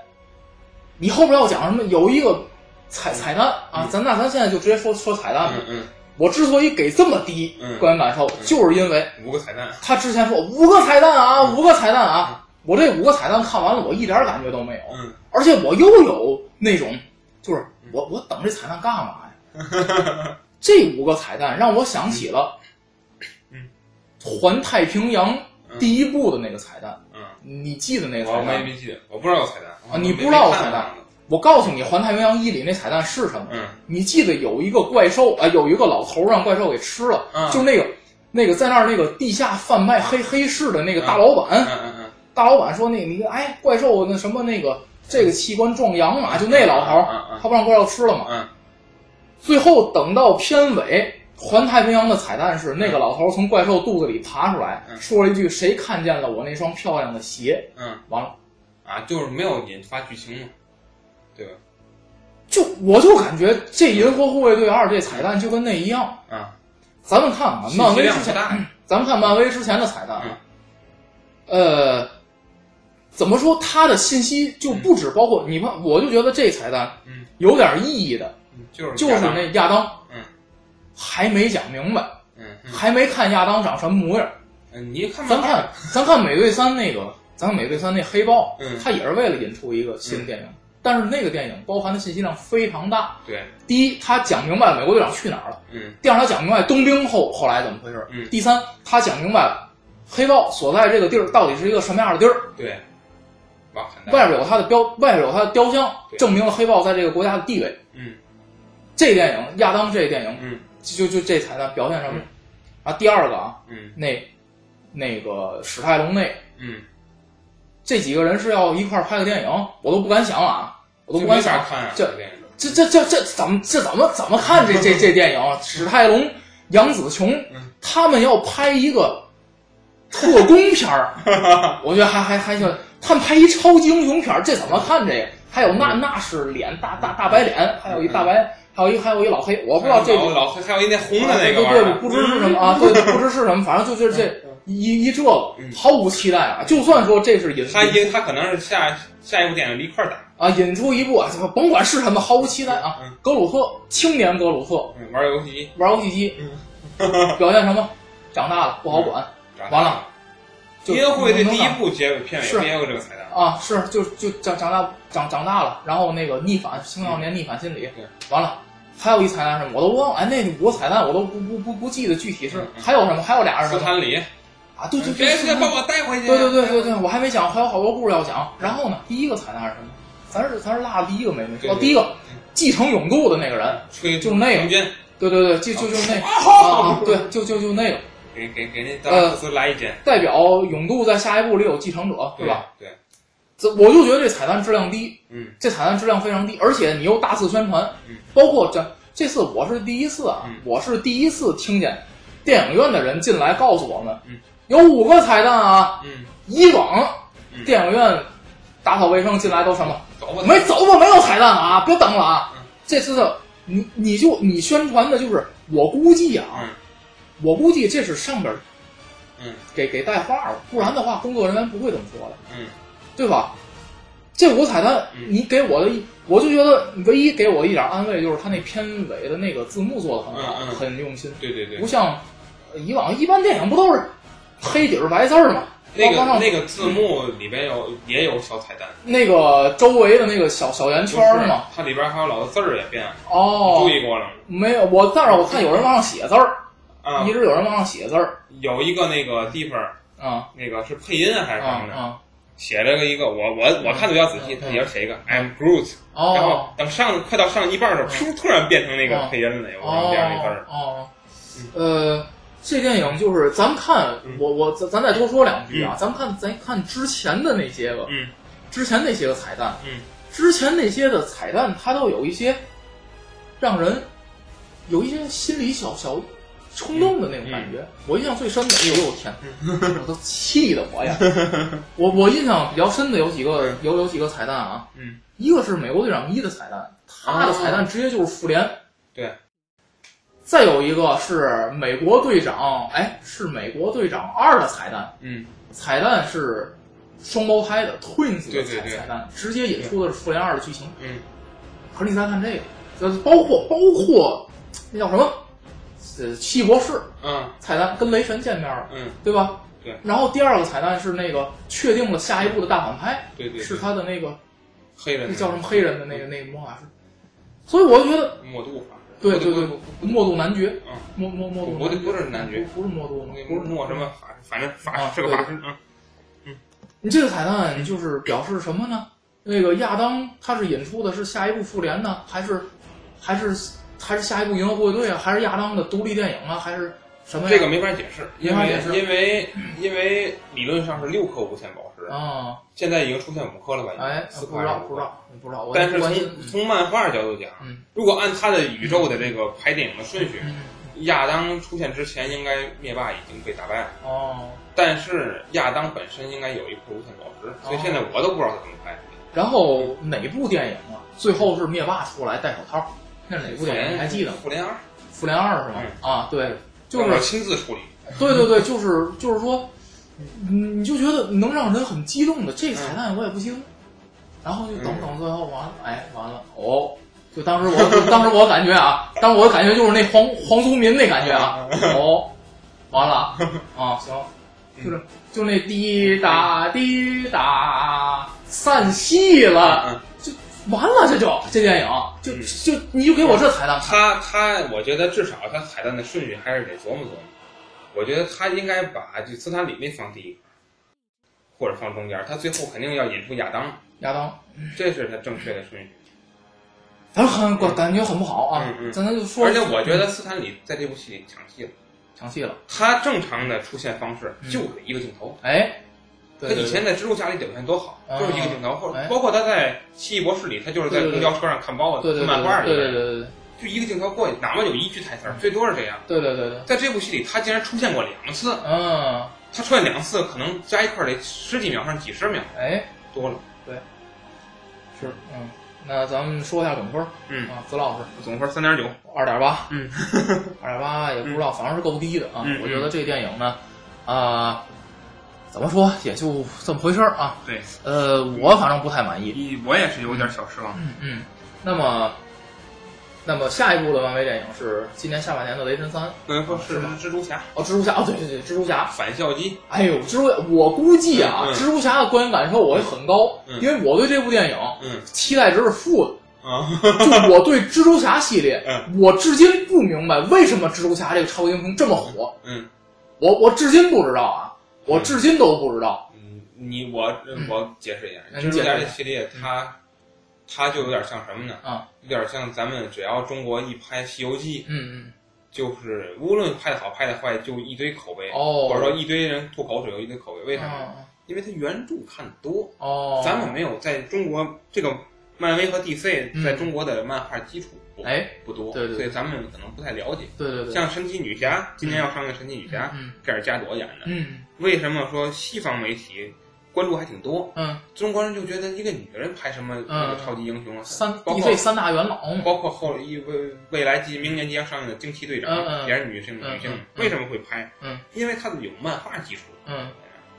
S1: 你后边要讲什么？有一个彩彩蛋啊
S4: 嗯，
S1: 咱那咱现在就直接说说彩蛋吧。
S4: 嗯
S1: 我之所以给这么低
S4: 嗯
S1: 观影感受，就是因为
S4: 嗯，五个彩蛋。嗯
S1: 他之前说五个彩蛋啊，五个彩蛋啊，我这五个彩蛋看完了，我一点感觉都没有，
S4: 嗯
S1: 而且我又有那种，就是我我等这彩蛋干嘛呀？
S4: [laughs]
S1: 这五个彩蛋让我想起了，
S4: 嗯，
S1: 环太平洋第一部的那个彩蛋，
S4: 嗯，
S1: 你记得那个彩
S4: 我没
S1: 蛋？
S4: 没记得，我不知道有彩蛋
S1: 啊你不知道有彩蛋？
S4: 我没没看过
S1: 我告诉你，《环太平洋一》里那彩蛋是什么？
S4: 嗯
S1: 你记得有一个怪兽啊、呃有一个老头让怪兽给吃了，
S4: 嗯
S1: 就是那个那个在那儿那个地下贩卖黑黑市的那个大老板，
S4: 嗯嗯嗯，
S1: 大老板说那你哎怪兽那什么那个这个器官撞羊嘛，就那老头儿，
S4: 嗯嗯嗯
S1: 他不让怪兽吃了嘛。
S4: 嗯
S1: 最后等到片尾，环太平洋的彩蛋是那个老头儿从怪兽肚子里爬出来，
S4: 嗯
S1: 说了一句“谁看见了我那双漂亮的鞋
S4: 嗯”，
S1: 完了。
S4: 啊，就是没有引发剧情嘛，对吧？
S1: 就我就感觉这《银河护卫队二》这彩蛋就跟那一样，
S4: 啊，
S1: 咱们看啊，
S4: 信
S1: 漫
S4: 息
S1: 威
S4: 量
S1: 之
S4: 不
S1: 前
S4: 大，
S1: 咱们看漫威之前的彩蛋啊，
S4: 嗯
S1: 呃，怎么说它的信息就不止包括你看，我就觉得这彩蛋
S4: 嗯
S1: 有点意义的，
S4: 嗯就是
S1: 就是那亚当，
S4: 嗯，
S1: 还没讲明白，
S4: 嗯嗯
S1: 还没看亚当长什么模样。
S4: 嗯，你看
S1: 咱
S4: 漫画
S1: 看咱看美队三那个，咱看美队三那黑豹，
S4: 嗯
S1: 它也是为了引出一个新电影，但是那个电影包含的信息量非常大。
S4: 对，
S1: 第一，他讲明白了美国队长去哪儿了。
S4: 嗯
S1: 第二，他讲明白冬兵后后来怎么回事。
S4: 嗯
S1: 第三，他讲明白了黑豹所在这个地儿到底是一个什么样的地儿，
S4: 对，哇，很大，
S1: 外边有他的标，外边有他的雕像，
S4: 哎对
S1: 证明了黑豹在这个国家的地位。
S4: 嗯
S1: 这电影亚当这电影
S4: 嗯
S1: 就就就这彩蛋表现上面
S4: 嗯。
S1: 然后第二个啊，
S4: 嗯
S1: 那那个史泰龙那
S4: 嗯，
S1: 这几个人是要一块儿拍个电影，我都不敢想啊，我都
S4: 就
S1: 不敢
S4: 没
S1: 想
S4: 法。看啊，
S1: 这
S4: 个电影，
S1: 这这这这怎么这怎么怎么看这这这电影？啊史泰龙、杨紫琼
S4: 嗯，
S1: 他们要拍一个特工片
S4: [laughs]
S1: 儿，我觉得还还还行。他们拍一超级英雄片儿，这怎么看这个？还有那那是脸大大大白脸，还有一大白，还有一还有一老黑，我
S4: 我
S1: 不知道这啊
S4: 老老嗯还有一那红的
S1: 对
S4: 那个
S1: 对
S4: 玩
S1: 对，
S4: 意儿，
S1: 不知是什么啊，对，不知是什么，反正就是这一一这个
S4: 嗯
S1: 毫无期待啊。就算说这是引
S4: 他一他可能是下下一部电影一块儿打，
S1: 啊引出一部啊，甭管是什么，毫无期待啊
S4: 嗯。
S1: 格鲁特，青年格鲁特，
S4: 嗯，玩游戏
S1: 玩游戏机，[laughs]
S4: 嗯
S1: 表现什么？长大了不好管，
S4: 完
S1: 完了，就
S4: 因为会对
S1: 能
S4: 第一
S1: 打
S4: 部结尾片尾
S1: 是
S4: 也有这个彩蛋，
S1: 啊，是就就长长大长长大了，然后那个逆反青少年逆反心理
S4: 嗯对，
S1: 完了还有一彩蛋是什么我都忘了，哎，那五个彩蛋我都不不不不记得具体是
S4: 嗯嗯
S1: 还有什么，还有俩是
S4: 斯
S1: 什么
S4: 坦李，
S1: 啊？对对对
S4: 别别嗯把
S1: 对
S4: 我带回去，
S1: 对对对对，我还没讲，还有好多故事要讲。然后呢，第一个彩蛋是什么？咱是咱是落第一个没没
S4: 对嗯
S1: 说，哦第一个继承永度的那个人，
S4: 吹
S1: 就那个
S4: 空间，
S1: 对对对，就就就那啊啊，对，就就就那个。
S4: 给给给那
S1: 呃
S4: 达拉斯来一剑，
S1: 代表永度在下一步里有继承者，对吧？？
S4: 对，
S1: 这我就觉得这彩蛋质量低，
S4: 嗯
S1: 这彩蛋质量非常低，而且你又大肆宣传
S4: 嗯，
S1: 包括这这次我是第一次啊
S4: 嗯，
S1: 我是第一次听见电影院的人进来告诉我们
S4: 嗯，
S1: 有五个彩蛋啊，
S4: 嗯，
S1: 以往
S4: 嗯
S1: 电影院打扫卫生进来都什么
S4: 走吧，
S1: 没走吧，没有彩蛋了啊，别等了啊
S4: 嗯，
S1: 这次的你你就你宣传的就是我估计啊
S4: 嗯，
S1: 我估计这是上边
S4: 嗯
S1: 给给带话了，不然的话，工作人员不会这么说的，
S4: 嗯
S1: 对吧？这五彩蛋，
S4: 嗯
S1: 你给我的一，我就觉得唯一给我一点安慰就是他那片尾的那个字幕做的很好，
S4: 嗯嗯
S1: 很用心，
S4: 对对对
S1: 不，像呃以往一般电影不都是黑底儿白字儿吗？
S4: 那个
S1: 往上
S4: 那个字幕里边有也有小彩蛋，
S1: 那个周围的那个小小圆圈儿
S4: 不是
S1: 吗？？
S4: 它里边还有老的字儿也变了，
S1: 哦
S4: 注，意过了吗？
S1: 没有，我但是我看有人往上写字儿，
S4: 啊
S1: 一，直有人往上写字儿，
S4: 有一个那个地方，
S1: 啊
S4: 那个是配音还
S1: 啊
S4: 是什么的，
S1: 啊，
S4: 写了个一个我我我看的比较仔细，
S1: 嗯
S4: 它也是写一个 I'm Groot，然后
S1: 哦嗯
S4: 等上快到上一半的时候，噗，突然变成那个配音了，有
S1: 哦
S4: 这样一个字儿，
S1: 哦，呃，这电影就是咱们看，
S4: 嗯
S1: 我我咱咱再多说两句啊，咱们看咱看之前的那些个，
S4: 嗯
S1: 之前那些个彩蛋，
S4: 嗯，
S1: 之前那些的彩蛋，它都有一些让人有一些心理小小冲动的那种感觉。我印象最深的，哎呦我天，我都气的我呀！我我印象比较深的有几个有有几个彩蛋啊，
S4: 嗯，
S1: 一个是美国队长一的彩蛋，他的彩蛋直接就是复联。
S4: 对，
S1: 再有一个是美国队长，哎，是美国队长二的彩蛋，
S4: 嗯
S1: 彩蛋是双胞胎的 twins 的
S4: 对对
S1: 彩
S4: 对
S1: 彩蛋，直接引出的是复联二的剧情。
S4: 嗯
S1: 可是你再看这个，就是包括包括那叫什么，呃，七博士
S4: 嗯
S1: 彩蛋跟雷神见面了，
S4: 嗯，
S1: 对吧？
S4: 对
S1: 然后第二个彩蛋是那个确定了下一步的大反派
S4: 对对，
S1: 是他的那个
S4: 黑人
S1: 那
S4: 的
S1: 叫什么黑人的那个那个魔法师，所以我觉得
S4: 默杜法师，
S1: 对
S4: 不
S1: 对对
S4: 不不，
S1: 默杜男爵，
S4: 啊，
S1: 默默默杜
S4: 不
S1: 男
S4: 不
S1: 爵，
S4: 是男爵，
S1: 不是默杜，
S4: 那
S1: 不
S4: 个
S1: 是
S4: 默什么法师，反正法
S1: 啊
S4: 师是个
S1: 对
S4: 法师啊，
S1: 你这个彩蛋就是表示什么呢？那个亚当他是引出的是下一部复联呢，还是还是还是下一部银河护卫队啊？还是亚当的独立电影啊？还是什么呀？
S4: 这个没法解释，
S1: 没
S4: 因
S1: 法
S4: 为
S1: 解释
S4: 因为因为理论上是六颗无限宝石，
S1: 啊，
S4: 现在已经出现五颗了吧？已经
S1: 哎，
S4: 四颗
S1: 不知道
S4: 还是
S1: 不知
S4: 五颗
S1: 道不知道，我
S4: 但是
S1: 不关心。
S4: 从从漫画角度讲
S1: 嗯，
S4: 如果按他的宇宙的这个排电影的顺序，
S1: 嗯
S4: 亚当出现之前应该灭霸已经被打败了，
S1: 哦，
S4: 但是亚当本身应该有一颗无限宝石，
S1: 哦
S4: 所以现在我都不知道他怎么拍。
S1: 然后哪部电影啊？最后是灭霸出来戴手套，那是哪部
S4: 复
S1: 电影？
S4: 联嗯
S1: 你还记得吗？
S4: 复联二，
S1: 复联二是吗？啊，对，就
S4: 我
S1: 是
S4: 亲自处理。
S1: 对对对，就是就是说，你你就觉得能让人很激动的这彩蛋我也不听，然后就等
S4: 嗯
S1: 等最后完了，哎，完了哦。就当时我，当时我感觉啊，当时我的感觉就是那黄黄宗民那感觉啊，哦，完了啊，行，就是就那滴答滴答散戏了，
S4: 嗯，
S1: 就完了，这就这电影就
S4: 嗯
S1: 就你就给我这彩蛋，
S4: 他他，我觉得至少他彩蛋的顺序还是得琢磨琢磨。我觉得他应该把就斯坦李那放第一，或者放中间，他最后肯定要引出亚当，
S1: 亚
S4: 嗯
S1: 当，
S4: 这是他正确的顺序。
S1: 反正很感觉很不好啊
S4: 嗯，嗯
S1: 咱咱就说，嗯
S4: 而且我觉得斯坦李在这部戏里抢戏了，
S1: 抢戏了。
S4: 他正常的出现方式就是一个镜头。
S1: 哎，
S4: 他
S1: 嗯对对
S4: 以前在蜘蛛侠里表现多好，
S1: 啊
S4: 就是一个镜头，或
S1: 哎
S4: 者包括他在奇异博士里，他就是在
S1: 对对
S4: 公
S1: 对
S4: 交车上看包
S1: 对
S4: 子、
S1: 对
S4: 看
S1: 对
S4: 漫画里
S1: 对对嗯
S4: 边，
S1: 对对
S4: 就一个镜头过去，哪怕有一句台词儿，最多是这样。
S1: 对对对对，
S4: 在这部戏里，他竟然出现过两次，
S1: 嗯，
S4: 他出现两次，可能加一块儿得十几秒，甚至几十秒
S1: 哎，
S4: 多了。
S1: 是，嗯，那咱们说一下总分儿
S4: 嗯，
S1: 啊，子老师
S4: 总分三点九。
S1: 二点八，
S4: 嗯，
S1: 二点八也不知道，反正是够低的啊
S4: 嗯。
S1: 我觉得这电影呢，啊，怎么说也就这么回事儿啊。
S4: 对，
S1: 呃，我反正不太满意。
S4: [laughs] 一我也是有点小失望。
S1: 嗯，那么。那么下一部的漫威电影是今年下半年的《雷神三》
S4: 那说是蜘蛛侠
S1: 哦，蜘蛛侠哦，对对对，蜘蛛侠，
S4: 反校机，
S1: 哎呦，蜘蛛，我估计啊，
S4: 嗯嗯
S1: 蜘蛛侠的观影感受我也很高，
S4: 嗯
S1: 因为我对这部电影
S4: 嗯
S1: 期待值是负
S4: [laughs]
S1: 的。
S4: 啊，
S1: 就我对蜘蛛侠系列，
S4: 嗯
S1: 我至今不明白为什么蜘蛛侠这个超级英雄这么火，
S4: 嗯
S1: 我我至今不知道啊，我至今都不知道。
S4: 嗯，你我我解释一下，
S1: 嗯
S4: 蜘蛛侠
S1: 你解释一
S4: 这
S1: 下
S4: 系列它它就有点像什么呢？
S1: 啊，
S4: 有点像咱们只要中国一拍《西游记
S1: 嗯》，
S4: 就是无论拍的好拍的坏，就一堆口碑，
S1: 哦
S4: 或者说一堆人吐口水，有一堆口碑。为
S1: 嗯，
S4: 啥呢？
S1: 啊
S4: 因为它原著看得多。
S1: 哦，
S4: 咱们没有在中国这个漫威和 DC
S1: 嗯
S4: 在中国的漫画基础不
S1: 哎，
S4: 不多，
S1: 对对对
S4: 所以咱们可能不太了解。
S1: 对对对，
S4: 像神奇女侠，今年要上映的神奇女侠，
S1: 嗯
S4: 盖尔加朵演的，
S1: 嗯
S4: 为什么说西方媒体关注还挺多？
S1: 嗯，
S4: 中国人就觉得一个女人拍什么那个超级英雄啊？
S1: 三
S4: 包括
S1: DC 三大元老，
S4: 包括后来一未未来即明年即将上映的惊奇队长，
S1: 嗯嗯
S4: 也是女性
S1: 嗯
S4: 女性
S1: 嗯，
S4: 为什么会拍？
S1: 嗯，
S4: 因为它有漫画基础。
S1: 嗯。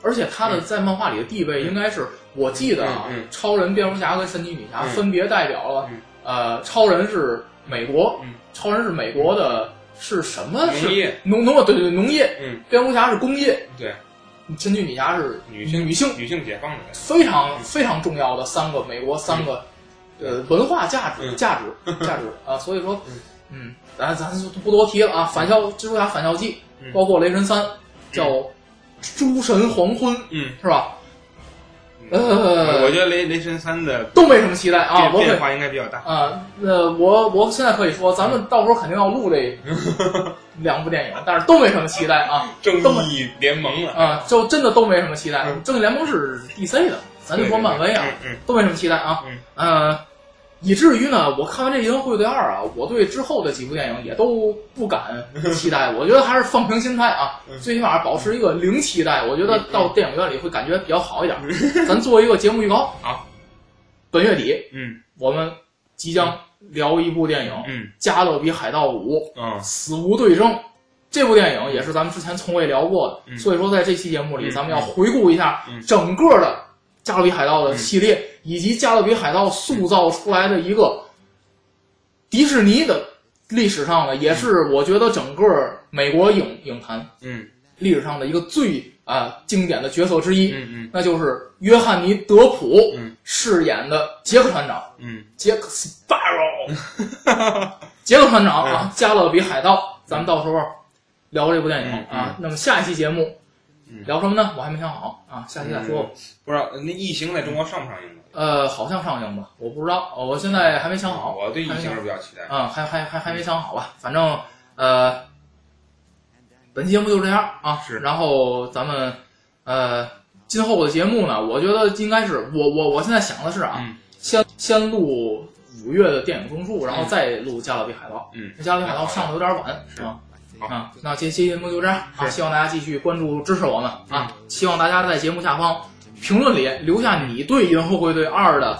S1: 而且他的在漫画里的地位应该是，我记得啊，
S4: 嗯嗯嗯
S1: 超人、蝙蝠侠跟神奇女侠
S4: 嗯
S1: 分别代表了，
S4: 嗯
S1: 呃，超人是美国，
S4: 嗯
S1: 超人是美国的是什么？
S4: 农
S1: 是
S4: 业，
S1: 农农对对农业，
S4: 嗯，
S1: 蝙蝠侠是工业，
S4: 对，
S1: 神奇女侠是
S4: 女性
S1: 女性
S4: 女性解放的人，
S1: 非常非常重要的三个美国三个、呃文化价值
S4: 嗯
S1: 价
S4: [laughs]
S1: 值价值啊，所以说
S4: 嗯
S1: 嗯，咱咱就不多提了啊，返校蜘蛛侠返校记，
S4: 嗯
S1: 包括雷神三叫诸神黄昏
S4: 嗯。
S1: 是吧？
S4: 呃，
S1: 呃
S4: 我觉得雷雷神三的
S1: 都没什么期待啊，
S4: 变
S1: 我
S4: 变
S1: 可
S4: 化应该比较大。
S1: 啊，呃，我我现在可以说，咱们到时候肯定要录
S4: [laughs]
S1: 这两部电影，但是都没什么期待啊
S4: 正
S1: 这么
S4: 义联盟了，
S1: 啊，就真的都没什么期待
S4: 嗯。
S1: 正义联盟是 DC 的，咱就说漫威啊，
S4: 对，对对
S1: 都没什么期待啊
S4: 嗯，
S1: 呃，以至于呢，我看完这《银河护卫队二》啊，我对之后的几部电影也都不敢期
S4: [laughs]
S1: 待，我觉得还是放平心态啊，
S4: 嗯
S1: 最起码保持一个零期待，我觉得到电影院里会感觉比较好一点。咱做一个节目预告，
S4: 嗯好，
S1: 本月底
S4: 嗯
S1: 我们即将聊一部电影《
S4: 嗯
S1: 加勒比海盗五：
S4: 嗯啊
S1: 死无对证》。这部电影也是咱们之前从未聊过的，
S4: 嗯
S1: 所以说在这期节目里，
S4: 嗯
S1: 咱们要回顾一下
S4: 嗯
S1: 整个的加勒比海盗的系列，以及加勒比海盗塑造出来的一个迪士尼的历史上的，也是我觉得整个美国影影坛
S4: 嗯
S1: 历史上的一个最啊、经典的角色之一，
S4: 嗯嗯
S1: 那就是约翰尼·德普
S4: 嗯
S1: 饰演的杰克船长，
S4: 嗯，
S1: 杰克·斯巴罗，杰克船长
S4: 嗯
S1: 啊，《加勒比海盗》，咱们到时候聊这部电影
S4: 嗯
S1: 啊。那么下一期节目
S4: 嗯
S1: 聊什么呢？我还没想好啊，下期再说吧。
S4: 不知道那异形在中国上不上映呢？
S1: 呃，好像上映吧，我不知道，呃我现在还没想好。
S4: 嗯我对异
S1: 还没
S4: 形
S1: 想
S4: 是比较期待。
S1: 啊，还还还还没想好吧，反正呃，本期节目就这样啊。
S4: 是
S1: 然后咱们呃，今后的节目呢，我觉得应该是我我我现在想的是啊，
S4: 嗯
S1: 先先录五月的电影综述，然后
S4: 嗯
S1: 再录《加勒比海盗》。
S4: 嗯
S1: 《加勒比海盗》上的有点晚
S4: 是
S1: 啊。
S4: 好
S1: 啊，那这期节目就这样啊，
S4: 是嗯
S1: 希望大家继续关注支持我们啊！希望大家在节目下方评论里留下你对《银河护卫队二》的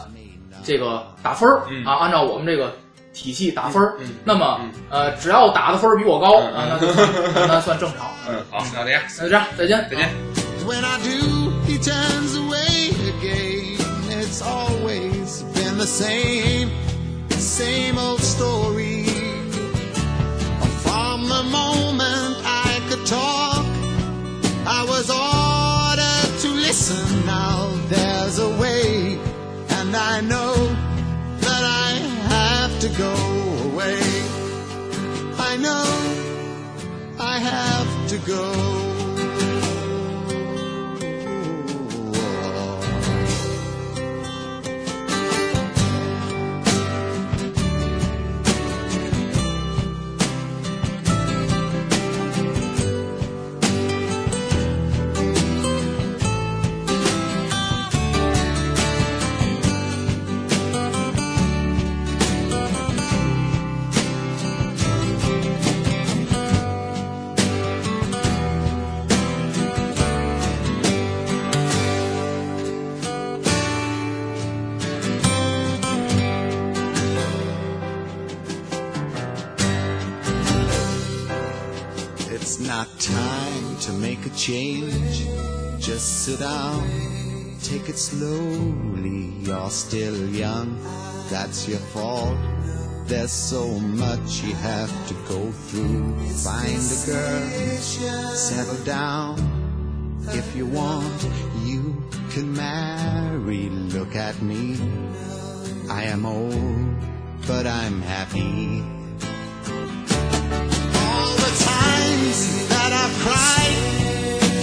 S1: 这个打分儿、
S4: 嗯
S1: 啊，按照我们这个体系打分儿。
S4: 嗯嗯
S1: 那么、
S4: 嗯
S1: 呃，只要打的分儿比我高、
S4: 嗯
S1: 啊，那就
S4: [laughs]
S1: 算那算正常。
S4: 嗯，好，那这样，
S1: 那就这样，再见，
S4: 再见。
S5: When I do, he turns away again. It's always been the same, same old story. From the moment I could talk, I was ordered to listen. Now there's a way, and I know that I have to go away. I know I have to go. It's not time to make a change. Just sit down, take it slowly. You're still young, that's your fault. There's so much you have to go through. Find a girl, settle down. If you want, you can marry. Look at me. I am old, but I'm happy all the times that I've cried,